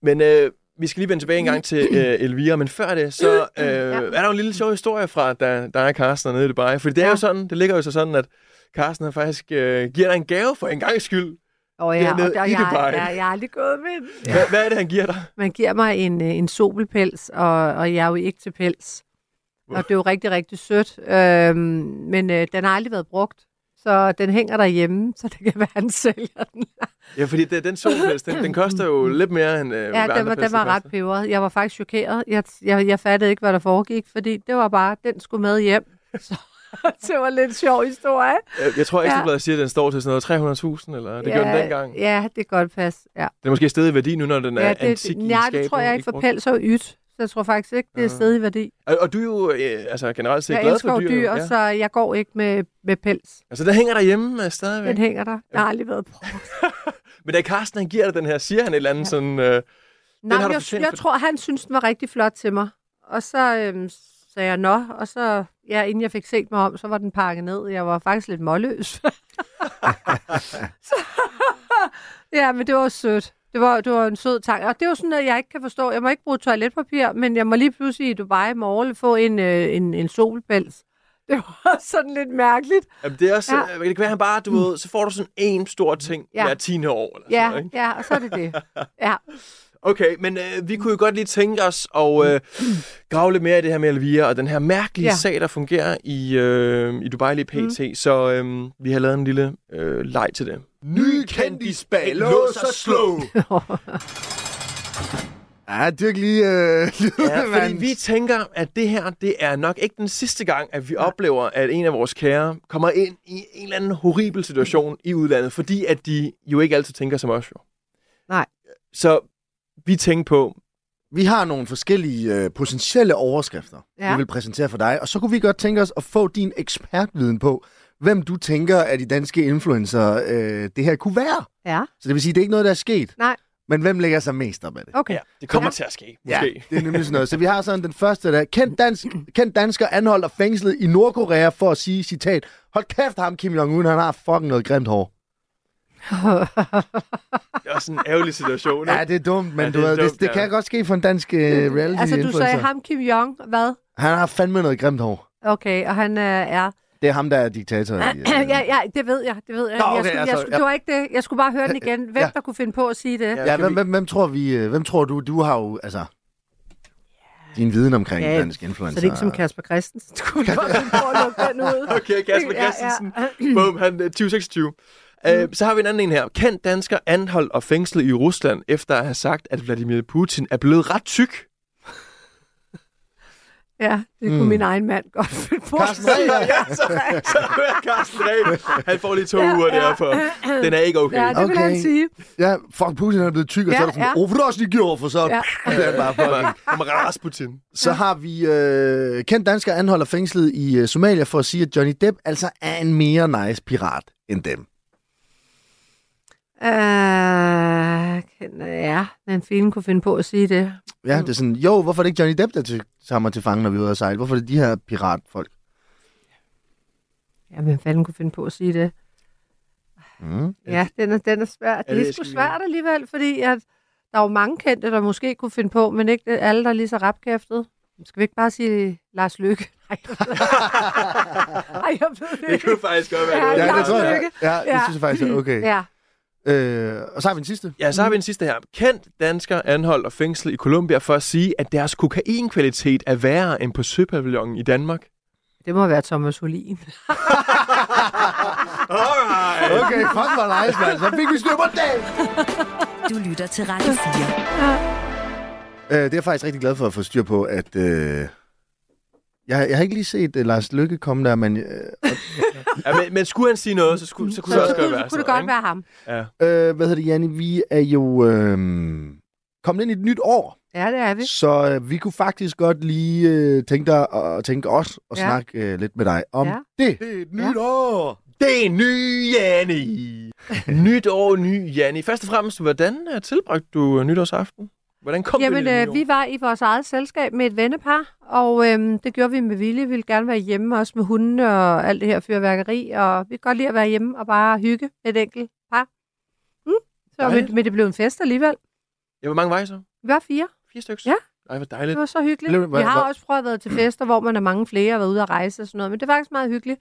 [SPEAKER 3] Men øh, vi skal lige vende tilbage en gang
[SPEAKER 5] [CLEARS THROAT]
[SPEAKER 3] til øh, Elvira, men før det, så øh, er der jo en lille sjov historie fra, da der er Carsten nede i Dubai. Fordi det er jo
[SPEAKER 5] Ja.
[SPEAKER 3] sådan, det ligger jo så sådan, at Carsten han faktisk øh, giver dig en gave for en gang skyld.
[SPEAKER 5] Og
[SPEAKER 3] Det er
[SPEAKER 5] jeg,
[SPEAKER 3] nede
[SPEAKER 5] og der,
[SPEAKER 3] i
[SPEAKER 5] jeg,
[SPEAKER 3] Dubai.
[SPEAKER 5] jeg, jeg, jeg er aldrig gået med den.
[SPEAKER 3] Hva, hvad er det, han giver dig?
[SPEAKER 5] Man giver mig en, øh, en sobelpels, og, og jeg er jo ikke til pels. Og det er jo rigtig, rigtig sødt. Øhm, men øh, den har aldrig været brugt, så den hænger derhjemme, så det kan være, han sælger den.
[SPEAKER 3] Ja, fordi det, den solpels, den, den koster
[SPEAKER 5] [LAUGHS]
[SPEAKER 3] jo lidt mere end øh, hvad
[SPEAKER 5] Ja,
[SPEAKER 3] andre
[SPEAKER 5] den var, den
[SPEAKER 3] pelse
[SPEAKER 5] var ret
[SPEAKER 3] koster.
[SPEAKER 5] peberet. Jeg var faktisk chokeret. Jeg, jeg, jeg fattede ikke, hvad der foregik, fordi det var bare, den skulle med hjem. [LAUGHS] Så det var en lidt sjov historie.
[SPEAKER 3] Øh, Jeg tror,
[SPEAKER 5] Ja.
[SPEAKER 3] Ekstrabladet siger, at den står til sådan noget 300.000, eller det
[SPEAKER 5] ja,
[SPEAKER 3] gjorde den dengang.
[SPEAKER 5] Ja, det kan godt passe. Ja.
[SPEAKER 3] Den er måske stedet i værdi nu, når den er
[SPEAKER 5] ja,
[SPEAKER 3] antik i
[SPEAKER 5] nej, det
[SPEAKER 3] skabet,
[SPEAKER 5] tror jeg ikke, for
[SPEAKER 3] brugt.
[SPEAKER 5] pels og yt. Så jeg tror faktisk ikke, det er
[SPEAKER 3] Ja.
[SPEAKER 5] stedet i værdi.
[SPEAKER 3] Og, og du er jo øh, altså, generelt set
[SPEAKER 5] Jeg
[SPEAKER 3] glad
[SPEAKER 5] elsker
[SPEAKER 3] for dyr.
[SPEAKER 5] jo dyr,
[SPEAKER 3] ja.
[SPEAKER 5] så jeg går ikke med, med pels.
[SPEAKER 3] Altså, der hænger derhjemme øh, stadigvæk.
[SPEAKER 5] Den hænger der. Den har aldrig været brugt.
[SPEAKER 3] Men da Carsten han giver dig den her, siger han et eller andet ja. sådan... Øh,
[SPEAKER 5] Nej,
[SPEAKER 3] har
[SPEAKER 5] men
[SPEAKER 3] du
[SPEAKER 5] jeg,
[SPEAKER 3] fortjent,
[SPEAKER 5] jeg
[SPEAKER 3] fordi-
[SPEAKER 5] tror, han synes, den var rigtig flot til mig. Og så øhm, sagde jeg, nå, og så, ja, inden jeg fik set mig om, så var den pakket ned. Jeg var faktisk lidt målløs. [LAUGHS] så, ja, men det var sødt. Det var, det var en sød tanke. Og det er jo sådan, at jeg ikke kan forstå. Jeg må ikke bruge toiletpapir, men jeg må lige pludselig i Dubai i morgen få en, øh, en, en solpels. [LAUGHS] Det var sådan lidt mærkeligt.
[SPEAKER 3] Jamen, det er også,
[SPEAKER 5] Ja.
[SPEAKER 3] ja. det kan være, han bare, du ved, så får du sådan en stor ting
[SPEAKER 5] Ja.
[SPEAKER 3] ja. hver tiende år. Eller sådan,
[SPEAKER 5] Ja,
[SPEAKER 3] noget, ikke?
[SPEAKER 5] ja, og så er det
[SPEAKER 3] [LAUGHS]
[SPEAKER 5] det. Ja.
[SPEAKER 3] Okay, men øh, vi kunne jo godt lige tænke os at øh, grave lidt mere i det her med Elvira, og den her mærkelige
[SPEAKER 5] Ja.
[SPEAKER 3] ja. sag, der fungerer i, øh, i Dubai lige pt. Mm. Så øh, vi har lavet en lille øh, leg til det.
[SPEAKER 4] Ny kendisbag, lås og slå. Ja, dyrk lige øh, [LAUGHS] lyden,
[SPEAKER 3] Ja, [LAUGHS] fordi
[SPEAKER 4] mand.
[SPEAKER 3] vi tænker, at det her, det er nok ikke den sidste gang, at vi ja. oplever, at en af vores kære kommer ind i en eller anden horribel situation i udlandet, fordi at de jo ikke altid tænker som os jo.
[SPEAKER 5] Nej.
[SPEAKER 3] Så vi tænkte på,
[SPEAKER 4] Vi har nogle forskellige øh, potentielle overskrifter,
[SPEAKER 5] Ja.
[SPEAKER 4] ja. vi vil præsentere for dig, og så kunne vi godt tænke os at få din ekspertviden på, hvem du tænker af de danske influencer, øh, det her kunne være.
[SPEAKER 5] Ja,
[SPEAKER 4] Så det vil sige, det er ikke noget, der er sket.
[SPEAKER 5] Nej.
[SPEAKER 4] Men hvem lægger sig mest op af det?
[SPEAKER 5] okay.
[SPEAKER 3] ja, det kommer
[SPEAKER 5] Ja.
[SPEAKER 3] ja. til at ske, måske. Ja.
[SPEAKER 4] det er nemlig sådan noget. Så vi har sådan den første, der er kendt,
[SPEAKER 5] [CLEARS THROAT]
[SPEAKER 4] dansk, kendt dansker anholdt og fængslet i Nordkorea for at sige, citat, hold kæft ham Kim Jong-un, han har fucking noget grimt hår.
[SPEAKER 3] Det er også en ærgerlig situation.
[SPEAKER 4] Ja,
[SPEAKER 3] ikke?
[SPEAKER 4] det er dumt, men
[SPEAKER 3] Ja,
[SPEAKER 4] ja,
[SPEAKER 3] det
[SPEAKER 4] det,
[SPEAKER 3] er
[SPEAKER 4] du ved,
[SPEAKER 3] dumt,
[SPEAKER 4] det, det
[SPEAKER 3] ja.
[SPEAKER 4] kan godt ske for en dansk uh, reality
[SPEAKER 5] Altså, du sagde
[SPEAKER 4] influencer.
[SPEAKER 5] ham Kim Jong, hvad?
[SPEAKER 4] Han har fandme noget grimt hår.
[SPEAKER 5] Okay, og han øh, er...
[SPEAKER 4] Det er ham, der er
[SPEAKER 5] [CLEARS THROAT]
[SPEAKER 4] diktator. i, øh,
[SPEAKER 5] ja, ja, det ved jeg, det ved jeg.
[SPEAKER 4] Nå,
[SPEAKER 5] jeg
[SPEAKER 4] okay,
[SPEAKER 5] skulle, jeg
[SPEAKER 4] altså,
[SPEAKER 5] skulle,
[SPEAKER 4] ja.
[SPEAKER 5] Det var ikke det. Jeg skulle bare høre den igen. Hvem
[SPEAKER 4] Ja.
[SPEAKER 5] der kunne finde på at sige det?
[SPEAKER 3] Ja.
[SPEAKER 4] Ja,
[SPEAKER 3] Kan
[SPEAKER 4] hvem,
[SPEAKER 3] vi-
[SPEAKER 4] hvem, hvem, tror vi, øh, hvem tror du, du har jo, altså, din viden omkring
[SPEAKER 5] Ja,
[SPEAKER 4] dansk
[SPEAKER 5] Så
[SPEAKER 4] influencer.
[SPEAKER 5] det er ikke som Kasper Christensen. Du kunne godt finde på at lukke den ud.
[SPEAKER 3] Okay, Kasper
[SPEAKER 5] Ja, ja.
[SPEAKER 3] Christensen. Bum, han er 2026. Øh, så har vi en anden en her. Kendt dansker anholdt og fængslet i Rusland, efter at have sagt, at Vladimir Putin er blevet ret tyk.
[SPEAKER 5] Ja, det kunne min egen mand [LAUGHS] godt finde på.
[SPEAKER 4] Carsten Reber.
[SPEAKER 3] ja, så, så hører Carsten Ræb. Han får lige to
[SPEAKER 5] Ja,
[SPEAKER 3] ja, uger
[SPEAKER 5] ja.
[SPEAKER 3] derfor. Den er ikke okay.
[SPEAKER 5] Ja, det vil
[SPEAKER 4] Okay.
[SPEAKER 5] han sige.
[SPEAKER 4] Ja, fuck, Putin han er blevet tyk, og
[SPEAKER 5] Ja,
[SPEAKER 4] så er der sådan,
[SPEAKER 5] ja.
[SPEAKER 4] oh, for det også lige gjorde, for så...
[SPEAKER 5] Ja.
[SPEAKER 4] Ja. bare fucking.
[SPEAKER 3] Om Rasputin.
[SPEAKER 4] Så har vi øh, kendt dansker anholder fængslet i øh, Somalia for at sige, at Johnny Depp altså er en mere nice pirat end dem.
[SPEAKER 5] Øh, kan- ja, men filen kunne finde på at sige det.
[SPEAKER 4] Ja, det er sådan, jo, hvorfor er det ikke Johnny Depp, der til, samler til fange, når vi er ude at sejle? Hvorfor er det de her piratfolk?
[SPEAKER 5] Ja, hvem fanden kunne finde på at sige det?
[SPEAKER 4] Mm.
[SPEAKER 5] Ja, den er, den er svær. Det er
[SPEAKER 3] det
[SPEAKER 5] sgu
[SPEAKER 3] skal vi-
[SPEAKER 5] svært alligevel, fordi at der er jo mange kendte, der måske kunne finde på, men ikke alle, der er lige så rapkæftet. Skal vi ikke bare sige Lars Lykke? [LAUGHS] Nej, jeg ved det. Ej, jeg ved det
[SPEAKER 3] Det
[SPEAKER 5] ikke.
[SPEAKER 3] kunne faktisk godt
[SPEAKER 5] Ja,
[SPEAKER 3] være noget.
[SPEAKER 5] Lars
[SPEAKER 4] Ja, det tror jeg.
[SPEAKER 5] Løkke.
[SPEAKER 4] Ja, det
[SPEAKER 5] Ja.
[SPEAKER 4] synes jeg faktisk er okay.
[SPEAKER 5] Ja,
[SPEAKER 4] Øh, og så har vi den sidste.
[SPEAKER 3] Ja, så har vi en sidste her. Kendt dansker anholdt og fængslet i Colombia for at sige, at deres kokainkvalitet er værre end på søpavillonen i Danmark.
[SPEAKER 5] det må være Thomas Olin.
[SPEAKER 3] Alright.
[SPEAKER 4] Okay, fuck, hvor nice, mand. Så fik vi styr på dagen.
[SPEAKER 2] Du lytter til Radio 4.
[SPEAKER 4] Øh, det er jeg faktisk rigtig glad for at få styr på, at... Øh, jeg, jeg har ikke lige set uh, Lars Lykke komme der, men... Øh,
[SPEAKER 3] Ja, men, men skulle han sige noget, så, skulle, så kunne
[SPEAKER 5] Så,
[SPEAKER 3] det også
[SPEAKER 5] så
[SPEAKER 3] godt
[SPEAKER 5] kunne,
[SPEAKER 3] være.
[SPEAKER 5] kunne det
[SPEAKER 3] sådan, ikke?
[SPEAKER 5] godt være ham.
[SPEAKER 4] øh, hvad hedder det, Janne? Vi er jo øh, kommet ind i et nyt år,
[SPEAKER 5] Ja, det er vi.
[SPEAKER 4] så øh, vi kunne faktisk godt lige øh, tænke dig og tænke os og
[SPEAKER 5] Ja.
[SPEAKER 4] ja. snakke øh, lidt med dig om
[SPEAKER 5] Ja.
[SPEAKER 4] ja. det.
[SPEAKER 3] Det er et
[SPEAKER 5] nyt
[SPEAKER 3] år! Det er en ny Janni! nyt år, ny Janni. Først og fremmest, hvordan øh, tilbragte du øh, nytårsaften? Hvordan kom det
[SPEAKER 5] Jamen,
[SPEAKER 3] lille nye
[SPEAKER 5] øh,
[SPEAKER 3] år?
[SPEAKER 5] vi var i vores eget selskab med et vennepar, og øhm, det gjorde vi med vilje. Vi ville gerne være hjemme, også med hundene og alt det her fyrværkeri, og vi kan godt lide at være hjemme og bare hygge et enkelt par. Mm. Så, men,
[SPEAKER 3] Dejligt.
[SPEAKER 5] men det blev en fest alligevel.
[SPEAKER 3] Ja, hvor mange var I så?
[SPEAKER 5] Vi var fire.
[SPEAKER 3] Fire stykker?
[SPEAKER 5] Ja.
[SPEAKER 3] Ej, hvor
[SPEAKER 5] Det
[SPEAKER 3] dejligt.
[SPEAKER 5] var så hyggeligt.
[SPEAKER 4] Blev-
[SPEAKER 5] Vi
[SPEAKER 4] hva-
[SPEAKER 5] har
[SPEAKER 4] hva-
[SPEAKER 5] også prøvet at være til fester, hvor man er mange flere og været ude at rejse og sådan noget, men det er faktisk meget hyggeligt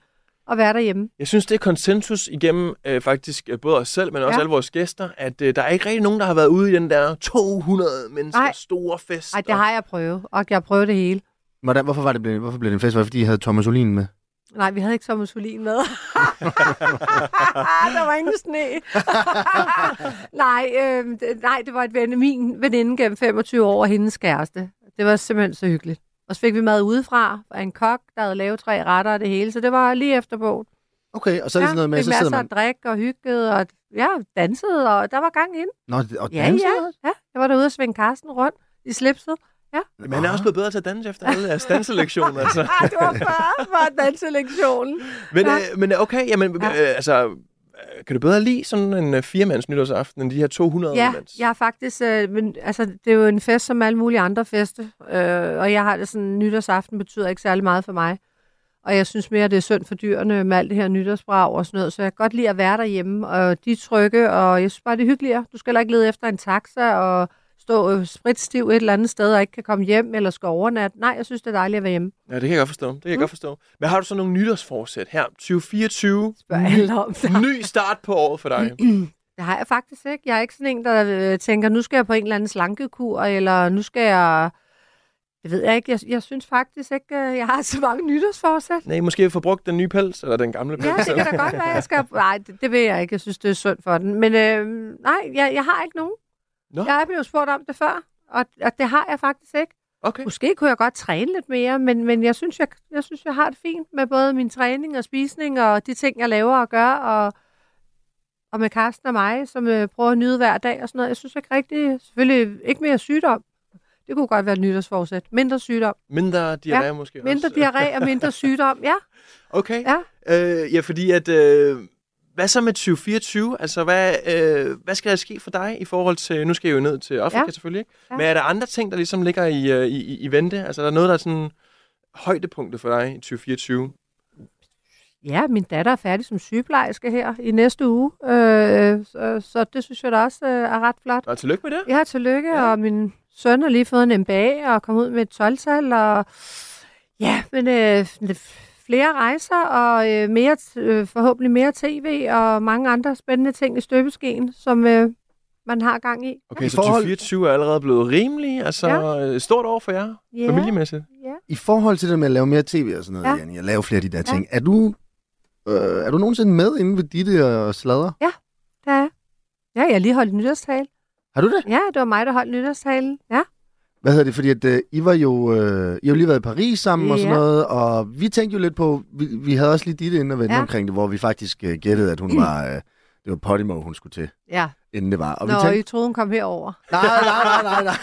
[SPEAKER 5] at være derhjemme.
[SPEAKER 3] Jeg synes, det er konsensus igennem øh, faktisk øh, både os selv, men også
[SPEAKER 5] Ja.
[SPEAKER 3] alle vores gæster, at øh, der er ikke rigtig nogen, der har været ude i den der 200 mennesker
[SPEAKER 5] Nej.
[SPEAKER 3] store fest.
[SPEAKER 5] Ej, det har jeg prøvet, og jeg prøvede det hele.
[SPEAKER 4] Hvordan, hvorfor, var det blevet, hvorfor blev det en fest? Var det, fordi I havde Thomas Olin med?
[SPEAKER 5] Nej, vi havde ikke sommersolin med. [LAUGHS] der var ingen sne. [LAUGHS] nej, øh, det, nej, det var et ven, min veninde gennem 25 år og hendes kæreste. Det var simpelthen så hyggeligt. Og så fik vi mad udefra af en kok, der havde lavet tre retter og det hele, så det var lige efter bogen.
[SPEAKER 4] Okay, og så er det sådan noget med,
[SPEAKER 5] fik
[SPEAKER 4] så
[SPEAKER 5] masser
[SPEAKER 4] sidder
[SPEAKER 5] af
[SPEAKER 4] man...
[SPEAKER 5] drik og hygget, og ja, dansede, og der var gang ind.
[SPEAKER 4] Nå, og
[SPEAKER 5] Ja,
[SPEAKER 4] danser?
[SPEAKER 5] ja, ja. Jeg var derude og svinge Karsten rundt i
[SPEAKER 4] [LAUGHS]
[SPEAKER 5] slipset.
[SPEAKER 3] Men han er
[SPEAKER 4] Ah.
[SPEAKER 3] også blevet bedre til at danse efter alle deres
[SPEAKER 5] [LAUGHS]
[SPEAKER 3] danselektioner. altså.
[SPEAKER 5] Ah, det var før, var danselektionen.
[SPEAKER 3] Men,
[SPEAKER 5] Ja.
[SPEAKER 3] ja. øh, men okay, jamen,
[SPEAKER 5] Ja.
[SPEAKER 3] ja. øh, altså, øh, kan du bedre lide sådan en øh, firemands nytårsaften, end de her 200
[SPEAKER 5] Ja,
[SPEAKER 3] mands?
[SPEAKER 5] jeg har faktisk, øh, men, altså, det er jo en fest som alle mulige andre feste, øh, og jeg har det sådan, nytårsaften betyder ikke særlig meget for mig. Og jeg synes mere, at det er synd for dyrene med alt det her nytårsbrag og sådan noget, så jeg kan godt lide at være derhjemme, og de er trygge, og jeg synes bare, det er hyggeligere. Du skal heller ikke lede efter en taxa og stå øh, spritstiv et eller andet sted og ikke kan komme hjem eller skal overnatte. Nej, jeg synes, det er dejligt at være hjemme.
[SPEAKER 3] Ja, det kan jeg godt forstå. Det
[SPEAKER 5] Mm.
[SPEAKER 3] kan jeg godt forstå. Men har du så nogle nytårsforsæt her?
[SPEAKER 5] [LAUGHS]
[SPEAKER 3] 2024,
[SPEAKER 5] Spørg alle om det.
[SPEAKER 3] ny start på året for
[SPEAKER 5] [CLEARS THROAT]
[SPEAKER 3] dig.
[SPEAKER 5] Det har jeg faktisk ikke. Jeg er ikke sådan en, der øh, tænker, nu skal jeg på en eller anden slankekur, eller nu skal jeg... Det ved jeg ikke. Jeg, jeg synes faktisk ikke, øh, jeg har så mange nytårsforsæt.
[SPEAKER 3] Nej, måske få brugt den nye pels, eller den gamle pels.
[SPEAKER 5] Ja, det
[SPEAKER 3] eller-
[SPEAKER 5] kan da godt være, jeg skal... Nej, det, det ved jeg ikke. Jeg synes, det er sundt for den. Men øh, nej, jeg, jeg har ikke nogen.
[SPEAKER 3] Nå.
[SPEAKER 5] Jeg er blevet spurgt om det før, og, og det har jeg faktisk ikke.
[SPEAKER 3] Okay.
[SPEAKER 5] Måske kunne jeg godt træne lidt mere, men, men jeg, synes, jeg, jeg synes, jeg har det fint med både min træning og spisning og de ting, jeg laver og gør, og, og med Karsten og mig, som øh, prøver at nyde hver dag og sådan noget. Jeg synes ikke rigtig, selvfølgelig ikke mere sygdom. Det kunne godt være et nytårsforsæt. Mindre sygdom.
[SPEAKER 3] Mindre diarré ja, måske
[SPEAKER 5] Mindre
[SPEAKER 3] også.
[SPEAKER 5] diarré og mindre sygdom, ja.
[SPEAKER 3] Okay.
[SPEAKER 5] Ja.
[SPEAKER 3] Øh, ja, fordi at... Øh, hvad så med 2024? Altså, hvad, øh, hvad skal der ske for dig i forhold til... Nu skal jeg jo ned til Afrika ja.
[SPEAKER 5] Ja.
[SPEAKER 3] selvfølgelig, ikke? Ja.
[SPEAKER 5] Ja.
[SPEAKER 3] Men er der andre ting, der ligesom ligger i, øh, i, i- i vente? Altså, er der noget, der er sådan højdepunktet for dig i 2024?
[SPEAKER 5] Ja, min datter er færdig som sygeplejerske her i næste uge, øh, så, så det synes jeg da også øh, er ret flot.
[SPEAKER 3] Og tillykke med det.
[SPEAKER 5] Ja, tillykke,
[SPEAKER 3] Ja.
[SPEAKER 5] ja. og min søn har lige fået en MBA og kom ud med et 12-tal, og ja, men øh, f- flere rejser og øh, mere, t- øh, forhåbentlig mere tv og mange andre spændende ting i støbeskeen, som øh, man har gang i.
[SPEAKER 3] Okay,
[SPEAKER 4] I
[SPEAKER 3] så
[SPEAKER 4] forhold-
[SPEAKER 3] 2024 er allerede blevet rimelig. Altså,
[SPEAKER 5] Ja.
[SPEAKER 3] ja. stort år for jer,
[SPEAKER 5] Ja.
[SPEAKER 3] familiemæssigt.
[SPEAKER 5] Ja.
[SPEAKER 4] I forhold til det med at lave mere tv og sådan noget,
[SPEAKER 5] Ja.
[SPEAKER 4] ja. Janne, jeg laver flere af de der ting. Er du, øh, er du nogensinde med inde ved Ditte og Sladder?
[SPEAKER 5] Der er. Ja, jeg har lige holdt nytårstale.
[SPEAKER 4] Har du det?
[SPEAKER 5] Ja, det var mig, der holdt nytårstalen. Ja.
[SPEAKER 4] Hvad hedder det? Fordi at, øh, I var jo øh, I har jo lige været i Paris sammen og sådan
[SPEAKER 5] Ja.
[SPEAKER 4] noget, og vi tænkte jo lidt på, vi, vi havde også lige Ditte inde og vente ja.
[SPEAKER 5] Ja.
[SPEAKER 4] omkring det, hvor vi faktisk øh, gættede, at
[SPEAKER 5] [CLEARS THROAT]
[SPEAKER 4] hun var, øh, det var Podimo, hun skulle til,
[SPEAKER 5] ja.
[SPEAKER 4] inden det var. Og
[SPEAKER 5] Nå,
[SPEAKER 4] vi
[SPEAKER 5] I
[SPEAKER 4] tænkte,
[SPEAKER 5] troede, hun kom herover.
[SPEAKER 4] nej, nej, nej, nej, nej.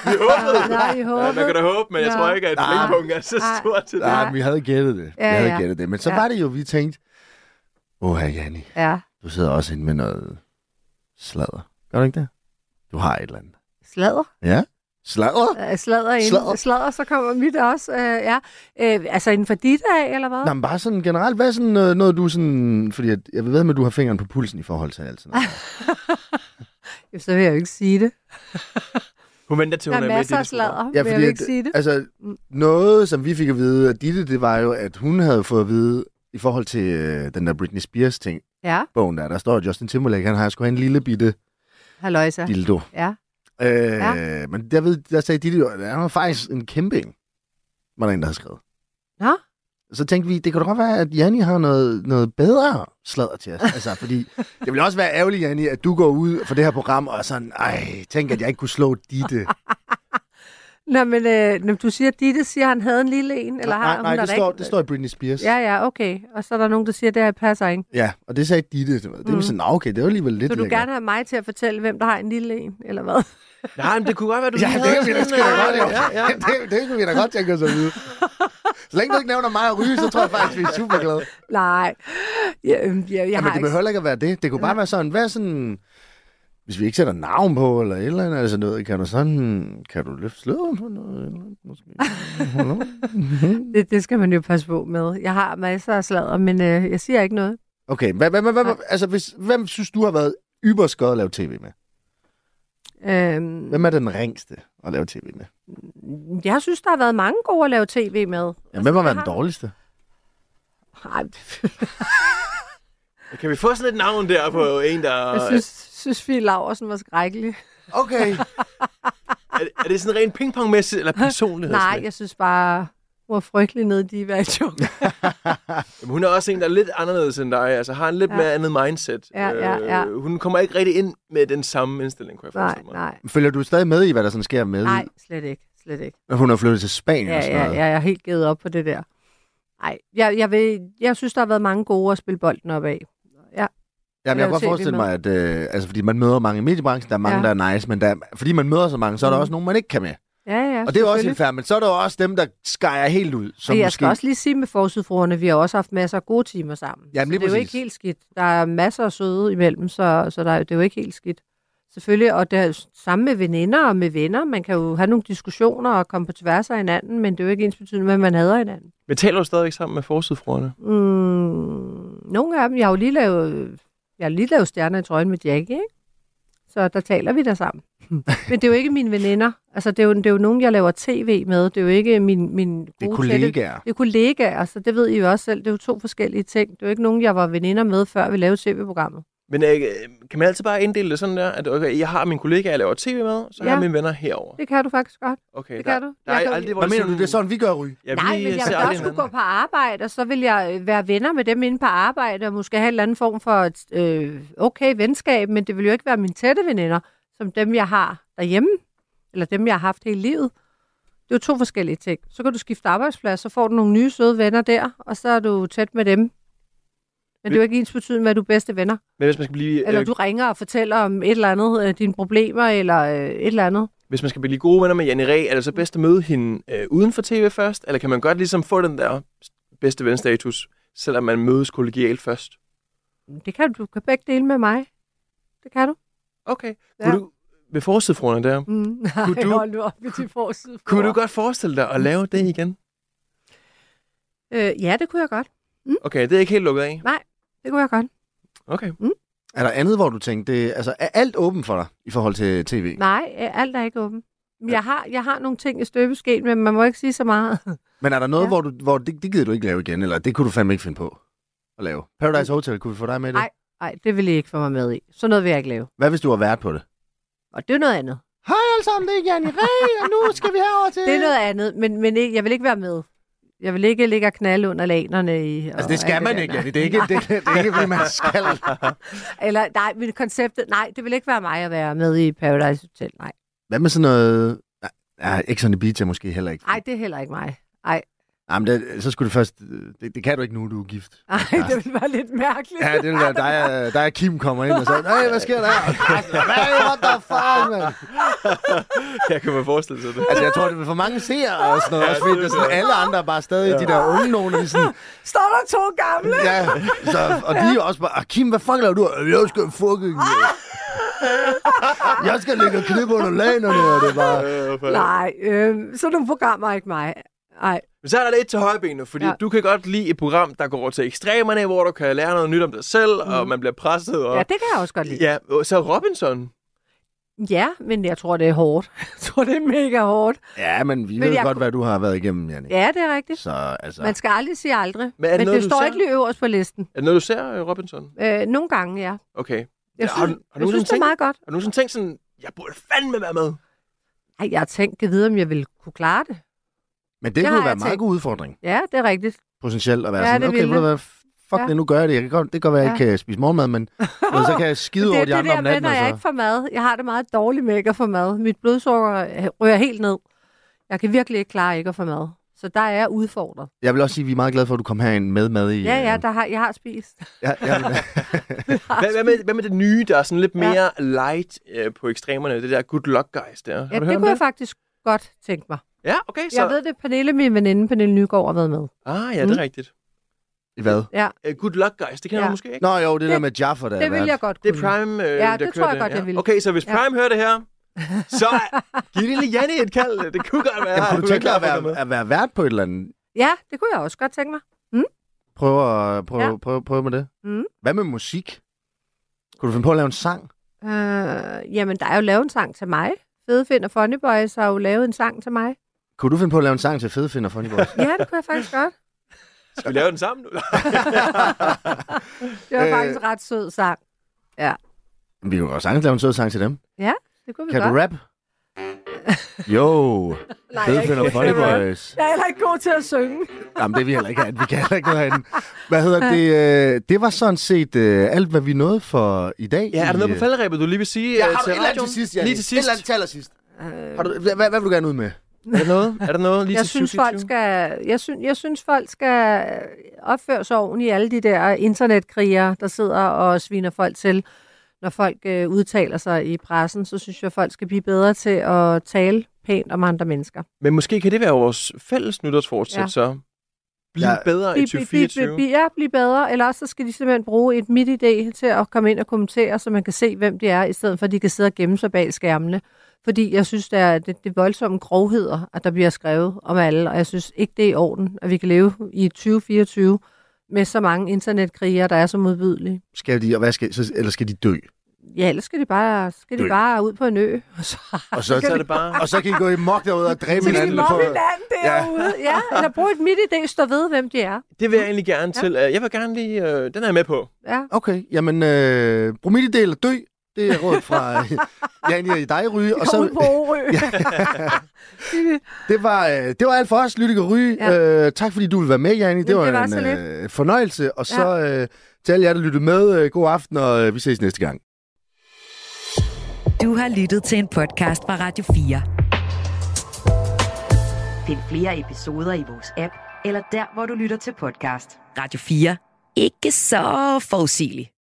[SPEAKER 5] [LAUGHS] Nej, I
[SPEAKER 3] Ja, man
[SPEAKER 5] håbede.
[SPEAKER 3] kan da håbe, men jeg
[SPEAKER 5] Ja.
[SPEAKER 3] tror ikke, at
[SPEAKER 4] Nej.
[SPEAKER 3] pengepunkten er så
[SPEAKER 5] Nej.
[SPEAKER 3] stor til det.
[SPEAKER 4] nej, men vi havde gættet det.
[SPEAKER 5] Ja,
[SPEAKER 4] vi havde
[SPEAKER 5] ja.
[SPEAKER 4] gættet det. Men så
[SPEAKER 5] Ja.
[SPEAKER 4] var det jo, vi tænkte, åh, herr Janni,
[SPEAKER 5] Ja,
[SPEAKER 4] du sidder også inde med noget sladder. Gør du ikke det? Du har et eller andet.
[SPEAKER 5] sladder.
[SPEAKER 4] Ja? Sladder?
[SPEAKER 5] Øh, Sladder,
[SPEAKER 4] Sladder.
[SPEAKER 5] ind. sladder. sladder, så kommer mit også. Øh, ja. Øh, altså inden for dit af, eller hvad?
[SPEAKER 4] Nå, men bare sådan generelt, hvad er sådan noget, noget du sådan... Fordi jeg, jeg ved med, at du har fingeren på pulsen i forhold til alt sådan
[SPEAKER 5] [LAUGHS]
[SPEAKER 4] noget.
[SPEAKER 5] Jo, så vil jeg jo ikke sige det.
[SPEAKER 3] Hun venter til,
[SPEAKER 5] Der
[SPEAKER 3] hun
[SPEAKER 5] er
[SPEAKER 3] er, med i
[SPEAKER 5] masser
[SPEAKER 3] det
[SPEAKER 5] af sladder,
[SPEAKER 4] Ja,
[SPEAKER 5] ja, vil jeg
[SPEAKER 4] fordi at,
[SPEAKER 5] jo ikke sige det.
[SPEAKER 4] altså,
[SPEAKER 5] Mm.
[SPEAKER 4] noget, som vi fik at vide af Ditte, det var jo, at hun havde fået at vide, i forhold til øh, den der Britney Spears-ting,
[SPEAKER 5] Ja,
[SPEAKER 4] bogen der, der står at Justin Timberlake, han har sgu en lille bitte
[SPEAKER 5] halløjsa.
[SPEAKER 4] dildo.
[SPEAKER 5] Ja.
[SPEAKER 4] Øh, ja. Men der, ved, der sagde Ditte jo, at han var faktisk en kæmpe en, var der en, der havde skrevet.
[SPEAKER 5] Nå.
[SPEAKER 4] Så tænkte vi, det kan da godt være, at Janni har noget, noget bedre sladder til os. Altså,
[SPEAKER 5] [LAUGHS]
[SPEAKER 4] fordi det ville også være ærgerligt, Janni, at du går ud for det her program og er sådan, ej, tænk, at jeg ikke kunne slå Ditte.
[SPEAKER 5] Nå, men øh, når du siger, at Ditte siger, at han havde en lille en, [LAUGHS] eller har
[SPEAKER 4] nej,
[SPEAKER 5] hun
[SPEAKER 4] nej,
[SPEAKER 5] har
[SPEAKER 4] det
[SPEAKER 5] da
[SPEAKER 4] står,
[SPEAKER 5] ikke-
[SPEAKER 4] det står i Britney Spears.
[SPEAKER 5] Ja, ja, okay. Og så er der nogen, der siger, at det her passer ikke.
[SPEAKER 4] Ja, og det sagde Ditte. Det var, det var
[SPEAKER 5] Mm.
[SPEAKER 4] sådan, "Nå, okay, det var alligevel lidt
[SPEAKER 5] Så du
[SPEAKER 4] lækkert."
[SPEAKER 5] gerne have mig til at fortælle, hvem der har en lille en, eller hvad? [LAUGHS]
[SPEAKER 3] Nej, men det kunne godt være, du
[SPEAKER 4] [LAUGHS] Ja,
[SPEAKER 3] lige
[SPEAKER 4] det
[SPEAKER 3] havde
[SPEAKER 4] kan vi da sgu
[SPEAKER 3] sådan,
[SPEAKER 4] da
[SPEAKER 3] øh,
[SPEAKER 4] godt, jo.
[SPEAKER 3] ja, ja.
[SPEAKER 4] [LAUGHS] det, det kunne vi da godt tænke os at vide. Så længe du ikke nævner mig og ryge, så tror jeg faktisk, vi er super glade.
[SPEAKER 5] Nej. Jeg, jeg, jeg
[SPEAKER 4] Ja,
[SPEAKER 5] har
[SPEAKER 4] men det
[SPEAKER 5] ikke...
[SPEAKER 4] behøver heller ikke at være det. Det kunne bare være sådan, hvad sådan... Hvis vi ikke sætter navn på, eller et eller andet, altså noget, kan du sådan... Kan du løfte sløret på noget? Eller andet, måske?
[SPEAKER 5] Det, det skal man jo passe på med. Jeg har masser af sladder, men øh, jeg siger ikke noget.
[SPEAKER 4] okay, hvad, hvad, hvad, hvad, altså, hvis, hvem synes du har været yberskød at lave tv med?
[SPEAKER 5] Øhm,
[SPEAKER 4] Hvem er den ringste at lave tv med?
[SPEAKER 5] Jeg synes, der har været mange gode at lave tv med.
[SPEAKER 4] Ja, hvem har
[SPEAKER 5] det
[SPEAKER 4] været den
[SPEAKER 5] har-
[SPEAKER 4] dårligste?
[SPEAKER 5] Ej,
[SPEAKER 3] Kan vi få sådan et navn der på en, der...
[SPEAKER 5] jeg synes, synes Fie Laversen var skrækkelig.
[SPEAKER 4] Okay.
[SPEAKER 3] Er, det- er det sådan rent pingpongmæssigt
[SPEAKER 5] [LAUGHS]
[SPEAKER 3] eller personlighed?
[SPEAKER 5] Nej, jeg synes bare, hun var frygtelig nede i
[SPEAKER 4] [LAUGHS]
[SPEAKER 5] divationen.
[SPEAKER 3] Jamen, hun er også en, der er lidt anderledes end dig. Altså har en lidt ja.
[SPEAKER 5] Ja.
[SPEAKER 3] mere andet mindset.
[SPEAKER 5] Ja, ja, ja.
[SPEAKER 3] Øh, hun kommer ikke rigtig ind med den samme indstilling, kunne jeg
[SPEAKER 5] nej,
[SPEAKER 3] forestille mig.
[SPEAKER 5] nej,
[SPEAKER 4] [LAUGHS] Følger du stadig med i, hvad der sådan sker med?
[SPEAKER 5] nej, slet ikke, slet ikke.
[SPEAKER 4] at Hun er flyttet til Spanien
[SPEAKER 5] Ja,
[SPEAKER 4] og sådan
[SPEAKER 5] ja,
[SPEAKER 4] noget.
[SPEAKER 5] ja, jeg er helt givet op på det der. Nej, jeg, jeg, vil, jeg synes, der har været mange gode at spille bolden op af.
[SPEAKER 4] Jamen, jeg kan
[SPEAKER 5] Lave
[SPEAKER 4] godt
[SPEAKER 5] TV
[SPEAKER 4] forestille mig, at øh, altså, fordi man møder mange i mediebranchen, der er mange,
[SPEAKER 5] Ja.
[SPEAKER 4] ja. der er nice, men der, fordi man møder så mange, så er der
[SPEAKER 5] Mm.
[SPEAKER 4] også nogen, man ikke kan med.
[SPEAKER 5] Ja, ja,
[SPEAKER 4] Og det er jo også helt
[SPEAKER 5] selvfølgelig.
[SPEAKER 4] fair, men så er der jo også dem, der skærer helt ud. Som
[SPEAKER 5] Og jeg
[SPEAKER 4] måske...
[SPEAKER 5] skal også lige sige med forsøgfruerne, vi har også haft masser af gode timer sammen.
[SPEAKER 4] Jamen,
[SPEAKER 5] så
[SPEAKER 4] lige
[SPEAKER 5] det er jo
[SPEAKER 4] præcis.
[SPEAKER 5] ikke helt skidt. Der er masser af søde imellem, så, så der, er- det er jo ikke helt skidt. Selvfølgelig, og det er jo samme med veninder og med venner. Man kan jo have nogle diskussioner og komme på tværs af hinanden, men det er jo ikke ens betydende, hvad man hader hinanden.
[SPEAKER 3] Men taler du stadigvæk sammen med forsidfruerne?
[SPEAKER 5] Mm, nogle af dem, jeg har jo lige lavet, jeg har lige lavet stjerner i trøjen med Jackie, ikke? Så der taler vi da
[SPEAKER 4] [LAUGHS]
[SPEAKER 5] sammen. Men det er jo ikke mine veninder. Altså, det er jo, det er jo nogen, jeg laver tv med. Det er jo ikke min, min
[SPEAKER 4] Det er
[SPEAKER 5] gode tætte-
[SPEAKER 4] kollegaer.
[SPEAKER 5] det er kollegaer, så det ved I jo også selv. Det er jo to forskellige ting. Det er jo ikke nogen, jeg var veninder med, før vi lavede tv-programmet.
[SPEAKER 3] Men øh, kan man altid bare inddele det sådan der, at okay, jeg har mine kollegaer, jeg laver tv med, så ja. har
[SPEAKER 5] Ja.
[SPEAKER 3] jeg mine venner herover.
[SPEAKER 5] Det kan du faktisk godt.
[SPEAKER 3] Okay,
[SPEAKER 5] Det
[SPEAKER 3] der,
[SPEAKER 5] kan du.
[SPEAKER 3] Der
[SPEAKER 5] Jeg
[SPEAKER 3] er
[SPEAKER 5] kan-
[SPEAKER 3] aldrig, hvor
[SPEAKER 4] Hvad mener
[SPEAKER 3] sådan-
[SPEAKER 4] du, det er sådan, vi gør, Ry?
[SPEAKER 3] Ja,
[SPEAKER 5] Nej,
[SPEAKER 3] vi
[SPEAKER 5] men jeg
[SPEAKER 3] ser
[SPEAKER 5] vil
[SPEAKER 3] aldrig
[SPEAKER 5] også kunne gå
[SPEAKER 3] hinanden.
[SPEAKER 5] på arbejde, og så vil jeg øh, være venner med dem inde på arbejde, og måske have en eller anden form for et øh, okay venskab, men det vil jo ikke være mine tætte veninder, som dem, jeg har derhjemme, eller dem, jeg har haft hele livet. Det er jo to forskellige ting. Så kan du skifte arbejdsplads, så får du nogle nye søde venner der, og så er du tæt med dem. Men det er jo ikke ens betydende med, at du er bedste venner.
[SPEAKER 3] Men hvis man skal blive,
[SPEAKER 5] Eller
[SPEAKER 3] øh,
[SPEAKER 5] du ringer og fortæller om et eller andet, øh, dine problemer, eller øh, et eller andet.
[SPEAKER 3] hvis man skal blive gode venner med Janne Ræ, er det så bedst at møde hende øh, uden for tv først? Eller kan man godt ligesom få den der bedste venstatus, selvom man mødes kollegialt først?
[SPEAKER 5] Det kan du, du kan begge dele med mig. Det kan du.
[SPEAKER 3] Okay. Ja.
[SPEAKER 5] Ja.
[SPEAKER 3] Kunne du, ved forsidefruerne der,
[SPEAKER 5] Mm. [LAUGHS] Nej,
[SPEAKER 3] Kunne du-
[SPEAKER 5] hold nu op med de forside.
[SPEAKER 3] kunne du godt forestille dig at lave det igen?
[SPEAKER 5] Øh, ja, det kunne jeg godt.
[SPEAKER 3] Okay, det er ikke helt lukket af.
[SPEAKER 5] Det kunne jeg godt.
[SPEAKER 3] Okay.
[SPEAKER 4] Er der andet, hvor du tænkte, det, altså er alt åbent for dig i forhold til tv?
[SPEAKER 5] Nej, øh, alt er ikke åbent. Men Jeg har, jeg har nogle ting i støbeskeen, men man må ikke sige så meget. [LAUGHS]
[SPEAKER 4] Men er der noget, ja.
[SPEAKER 5] Ja.
[SPEAKER 4] hvor, du, hvor det, det gider du ikke lave igen, eller det kunne du fandme ikke finde på at lave? Paradise Hotel, kunne vi få dig med i det?
[SPEAKER 5] Nej. Nej, det vil I ikke få mig med i. Sådan noget vil jeg ikke lave.
[SPEAKER 4] Hvad hvis du har været på det?
[SPEAKER 5] Og det er noget andet.
[SPEAKER 4] Hej alle sammen, det er Janne Ræ, og nu skal vi
[SPEAKER 5] [LAUGHS]
[SPEAKER 4] herover til...
[SPEAKER 5] Det er noget andet, men, men ikke- jeg vil ikke være med. Jeg vil ikke ligge og knalde under lanerne i...
[SPEAKER 4] Altså,
[SPEAKER 5] og
[SPEAKER 4] det skal
[SPEAKER 5] alt
[SPEAKER 4] man
[SPEAKER 5] der.
[SPEAKER 4] ikke, Janne. Det er ikke, det, det er ikke, fordi man
[SPEAKER 5] [LAUGHS]
[SPEAKER 4] skal.
[SPEAKER 5] Eller, nej, men konceptet... Nej, det vil ikke være mig at være med i Paradise Hotel. Nej,
[SPEAKER 4] Hvad med sådan noget... Nej, Nej, ikke sådan en beat, måske heller ikke.
[SPEAKER 5] nej det er heller ikke mig.
[SPEAKER 4] Nej, men det, så skulle det først... Det, det kan du ikke nu, du er gift.
[SPEAKER 5] Nej, det ville være lidt mærkeligt.
[SPEAKER 4] Ja, det vil være dig, øh, dig og Kim kommer ind og så... Hey, hvad sker der? Hey, what the fuck, man?
[SPEAKER 3] [LAUGHS] Jeg kan man forestille sig det.
[SPEAKER 4] Altså, jeg tror, det vil for mange seere og sådan noget.
[SPEAKER 3] Ja,
[SPEAKER 4] Også fordi det er sådan, alle andre er bare stadig ja. de der unge nogen, og de er sådan...
[SPEAKER 5] Står der to gamle?
[SPEAKER 4] Ja, så, og de er også bare... "Ah, Kim, hvad fuck laver du? "Øh, Jeg skal fucking... øh, Jeg skal ligge og knippe under lanerne, og det er bare...
[SPEAKER 3] Altså, [LAUGHS]
[SPEAKER 5] Nej, øh, sådan nogle programmer er ikke mig. Nej,
[SPEAKER 3] Men så er der lidt til højbenet, fordi ja.
[SPEAKER 5] Ja.
[SPEAKER 3] du kan godt lide et program, der går til ekstremerne, hvor du kan lære noget nyt om dig selv, mm. og man bliver presset. Og...
[SPEAKER 5] ja, det kan jeg også godt lide.
[SPEAKER 3] Ja, så Robinson.
[SPEAKER 5] Ja, men jeg tror, det er hårdt. [LAUGHS] Jeg tror, det er mega hårdt.
[SPEAKER 4] Ja, men vi
[SPEAKER 5] Men
[SPEAKER 4] ved
[SPEAKER 5] jeg
[SPEAKER 4] godt,
[SPEAKER 5] kunne-
[SPEAKER 4] hvad du har været igennem, Janne.
[SPEAKER 5] Ja, det er rigtigt.
[SPEAKER 4] Så altså...
[SPEAKER 5] Man skal aldrig sige aldrig.
[SPEAKER 3] Men er det
[SPEAKER 5] Men
[SPEAKER 3] noget, du
[SPEAKER 5] det står
[SPEAKER 3] ser?
[SPEAKER 5] ikke lige øverst på listen.
[SPEAKER 3] Er det noget, du ser, øh, Robinson?
[SPEAKER 5] Øh, nogle gange, ja.
[SPEAKER 3] Okay.
[SPEAKER 5] Jeg
[SPEAKER 3] Ja,
[SPEAKER 5] synes,
[SPEAKER 3] har du- har du
[SPEAKER 5] jeg
[SPEAKER 3] nogensinde
[SPEAKER 5] synes det er
[SPEAKER 3] tænkt-
[SPEAKER 5] meget godt.
[SPEAKER 3] Har du nogensinde tænkt sådan, jeg burde fandme være med?
[SPEAKER 5] Ej, jeg har tænkt, jeg ved, om jeg ville kunne klare det.
[SPEAKER 4] Men det
[SPEAKER 5] Det
[SPEAKER 4] kunne
[SPEAKER 5] har
[SPEAKER 4] være en
[SPEAKER 5] jeg
[SPEAKER 4] meget
[SPEAKER 5] tænkt.
[SPEAKER 4] god udfordring,
[SPEAKER 5] Ja, det er rigtigt.
[SPEAKER 4] potentielt, at være
[SPEAKER 5] Ja,
[SPEAKER 4] sådan,
[SPEAKER 5] det
[SPEAKER 4] okay,
[SPEAKER 5] ville
[SPEAKER 4] ved du hvad, fuck
[SPEAKER 5] Ja.
[SPEAKER 4] det, nu gør jeg det. Jeg kan godt, det kan godt være, jeg ikke kan spise morgenmad,
[SPEAKER 5] [LAUGHS]
[SPEAKER 4] men, men så kan jeg skide
[SPEAKER 5] det,
[SPEAKER 4] over
[SPEAKER 5] er
[SPEAKER 4] de
[SPEAKER 5] det
[SPEAKER 4] andre
[SPEAKER 5] der
[SPEAKER 4] om
[SPEAKER 5] med,
[SPEAKER 4] natten. altså.
[SPEAKER 5] når jeg
[SPEAKER 3] altså.
[SPEAKER 4] Og
[SPEAKER 5] ikke
[SPEAKER 4] så.
[SPEAKER 5] får mad. Jeg har det meget dårligt med ikke at få mad. Mit blodsukker øh, ryger helt ned. Jeg kan virkelig ikke klare ikke at få mad. Så der er jeg udfordret.
[SPEAKER 4] Jeg vil også sige, at vi er meget glade for, at du kom herind med mad i...
[SPEAKER 5] Ja, ja,
[SPEAKER 4] øh,
[SPEAKER 5] der har, jeg har spist.
[SPEAKER 4] [LAUGHS] ja, ja,
[SPEAKER 3] Hvad, hvad, med, hvad med det nye, der er sådan lidt mere light øh, på ekstremerne? Det der Good Luck Guys der. Har du
[SPEAKER 5] Ja, det
[SPEAKER 3] hørt om
[SPEAKER 5] kunne jeg faktisk godt tænke mig.
[SPEAKER 3] Ja, okay. Så...
[SPEAKER 5] Jeg ved det, Pernille, min veninde, Pernille Nygaard, har været med.
[SPEAKER 3] Ah, ja, det er
[SPEAKER 5] Mm.
[SPEAKER 3] rigtigt.
[SPEAKER 4] I hvad?
[SPEAKER 5] Ja,
[SPEAKER 3] Uh, good Luck Guys, det kender ja.
[SPEAKER 5] Ja.
[SPEAKER 3] du måske ikke?
[SPEAKER 4] Nå jo, det, det der
[SPEAKER 5] Det-
[SPEAKER 4] med Jaffa, der vil
[SPEAKER 5] det ville jeg godt
[SPEAKER 3] Det
[SPEAKER 5] kunne.
[SPEAKER 3] er Prime, øh,
[SPEAKER 5] Ja,
[SPEAKER 3] der
[SPEAKER 5] det tror
[SPEAKER 3] kører
[SPEAKER 5] jeg godt, jeg ville.
[SPEAKER 3] Okay, så hvis
[SPEAKER 5] Ja.
[SPEAKER 3] Prime hører det her, så
[SPEAKER 5] [LAUGHS]
[SPEAKER 3] giv lille Janne et kald. Det kunne godt være.
[SPEAKER 4] Jamen, kunne du
[SPEAKER 3] hun
[SPEAKER 4] tænke dig
[SPEAKER 3] er
[SPEAKER 4] at
[SPEAKER 3] klar på
[SPEAKER 4] være, at være vært på et eller andet?
[SPEAKER 5] Ja, det kunne jeg også godt tænke mig.
[SPEAKER 4] Prøv at prøv,
[SPEAKER 5] Ja.
[SPEAKER 4] prøv, prøv med det.
[SPEAKER 5] Mm.
[SPEAKER 4] Hvad med musik? Kunne du finde på at lave en sang?
[SPEAKER 5] Øh, jamen, der er jo lavet en sang til mig. Fedefind og Funny Boys har jo lavet en sang til mig.
[SPEAKER 4] Kunne du finde på at lave en sang til Fedefinder Funny Boys?
[SPEAKER 5] [LAUGHS] Ja, det kunne jeg faktisk godt.
[SPEAKER 3] Skal vi lave den sammen nu?
[SPEAKER 5] Det var
[SPEAKER 4] Øh.
[SPEAKER 5] faktisk en ret sød sang.
[SPEAKER 4] vi kunne godt sagtens lave en sød sang til dem.
[SPEAKER 5] Det kunne vi
[SPEAKER 4] Kan
[SPEAKER 5] godt.
[SPEAKER 4] du
[SPEAKER 5] [LAUGHS]
[SPEAKER 4] rap? Jo,
[SPEAKER 5] Nej, jeg er
[SPEAKER 4] Fedefinder
[SPEAKER 5] ikke god
[SPEAKER 4] Funny
[SPEAKER 5] til at rappe.
[SPEAKER 4] Boys.
[SPEAKER 5] Jeg er heller ikke god til at synge.
[SPEAKER 4] Jamen, det er vi heller ikke herinde. Vi kan heller ikke noget herinde. Hvad hedder det? Øh, det var sådan set øh, alt, hvad vi nåede for i dag.
[SPEAKER 3] Ja, er der
[SPEAKER 4] I,
[SPEAKER 3] noget på
[SPEAKER 4] øh,
[SPEAKER 3] falderæbet, du lige vil sige
[SPEAKER 4] Ja,
[SPEAKER 3] øh,
[SPEAKER 4] har du et eller andet
[SPEAKER 3] radioen?
[SPEAKER 4] til sidst, Janne?
[SPEAKER 3] Lige til
[SPEAKER 4] Et
[SPEAKER 3] sidst.
[SPEAKER 4] eller andet til allersidst.
[SPEAKER 5] Øh,
[SPEAKER 4] Har du, hvad, hvad, hvad vil du gerne ud med?
[SPEAKER 3] Er der noget? Er der noget lige
[SPEAKER 5] jeg
[SPEAKER 3] til
[SPEAKER 5] synes,
[SPEAKER 3] 2024?
[SPEAKER 5] folk skal, jeg, synes, jeg synes, folk skal opføre sig ordentligt i alle de der internetkrigere, der sidder og sviner folk til. Når folk øh, udtaler sig i pressen, så synes jeg, at folk skal blive bedre til at tale pænt om andre mennesker.
[SPEAKER 3] Men måske kan det være vores fælles nytårsfortsæt, ja.
[SPEAKER 5] Ja.
[SPEAKER 3] så. Bliv
[SPEAKER 4] Ja.
[SPEAKER 3] ja. bedre i
[SPEAKER 5] Bliv, bliv, bliv,
[SPEAKER 3] 2024.
[SPEAKER 5] bliv, bliv, ja, bliv bedre, eller også så skal de simpelthen bruge et midt idé til at komme ind og kommentere, så man kan se, hvem de er, i stedet for at de kan sidde og gemme sig bag skærmene. Fordi jeg synes, det er det, det er voldsomme grovheder, at der bliver skrevet om alle, og jeg synes ikke, det er i orden, at vi kan leve i 2024 med så mange internetkrigere, der er så modbydelige.
[SPEAKER 4] Skal de, og hvad skal, så, eller skal de dø?
[SPEAKER 5] Ja, ellers skal de bare, skal de
[SPEAKER 4] Dø.
[SPEAKER 5] bare ud på en ø. Og så,
[SPEAKER 4] Og så,
[SPEAKER 3] Så er det bare...
[SPEAKER 4] og så kan I gå i mok derude og dræbe
[SPEAKER 5] så kan de
[SPEAKER 4] hinanden.
[SPEAKER 5] mobbe
[SPEAKER 4] på-
[SPEAKER 5] hinanden derude. Ja. ja, eller bruge et midt idé, stå ved, hvem de er.
[SPEAKER 3] Det vil jeg egentlig gerne
[SPEAKER 5] Ja.
[SPEAKER 3] til. Øh, Jeg vil gerne lige... Øh, den er jeg med på.
[SPEAKER 5] Ja.
[SPEAKER 4] Okay, jamen, øh, brug midt del og dø. Det er råd fra øh, Jan i dig, Ryge. Og
[SPEAKER 5] Og så... ud på
[SPEAKER 4] så,
[SPEAKER 5] Orø. [LAUGHS]
[SPEAKER 4] det, var, øh, det var alt for os, Lytte Ryge. Ja. Øh, tak fordi du ville være med, Jan. Det
[SPEAKER 5] Jamen,
[SPEAKER 4] var,
[SPEAKER 5] det var
[SPEAKER 4] en
[SPEAKER 5] så lidt.
[SPEAKER 4] øh, fornøjelse. Og så øh, til alle jer, der lyttede med, øh, god aften, og øh, vi ses næste gang.
[SPEAKER 2] Du har lyttet til en podcast fra Radio 4.
[SPEAKER 6] Find flere episoder i vores app, eller der, hvor du lytter til podcast.
[SPEAKER 2] Radio 4. Ikke så forudsigelig.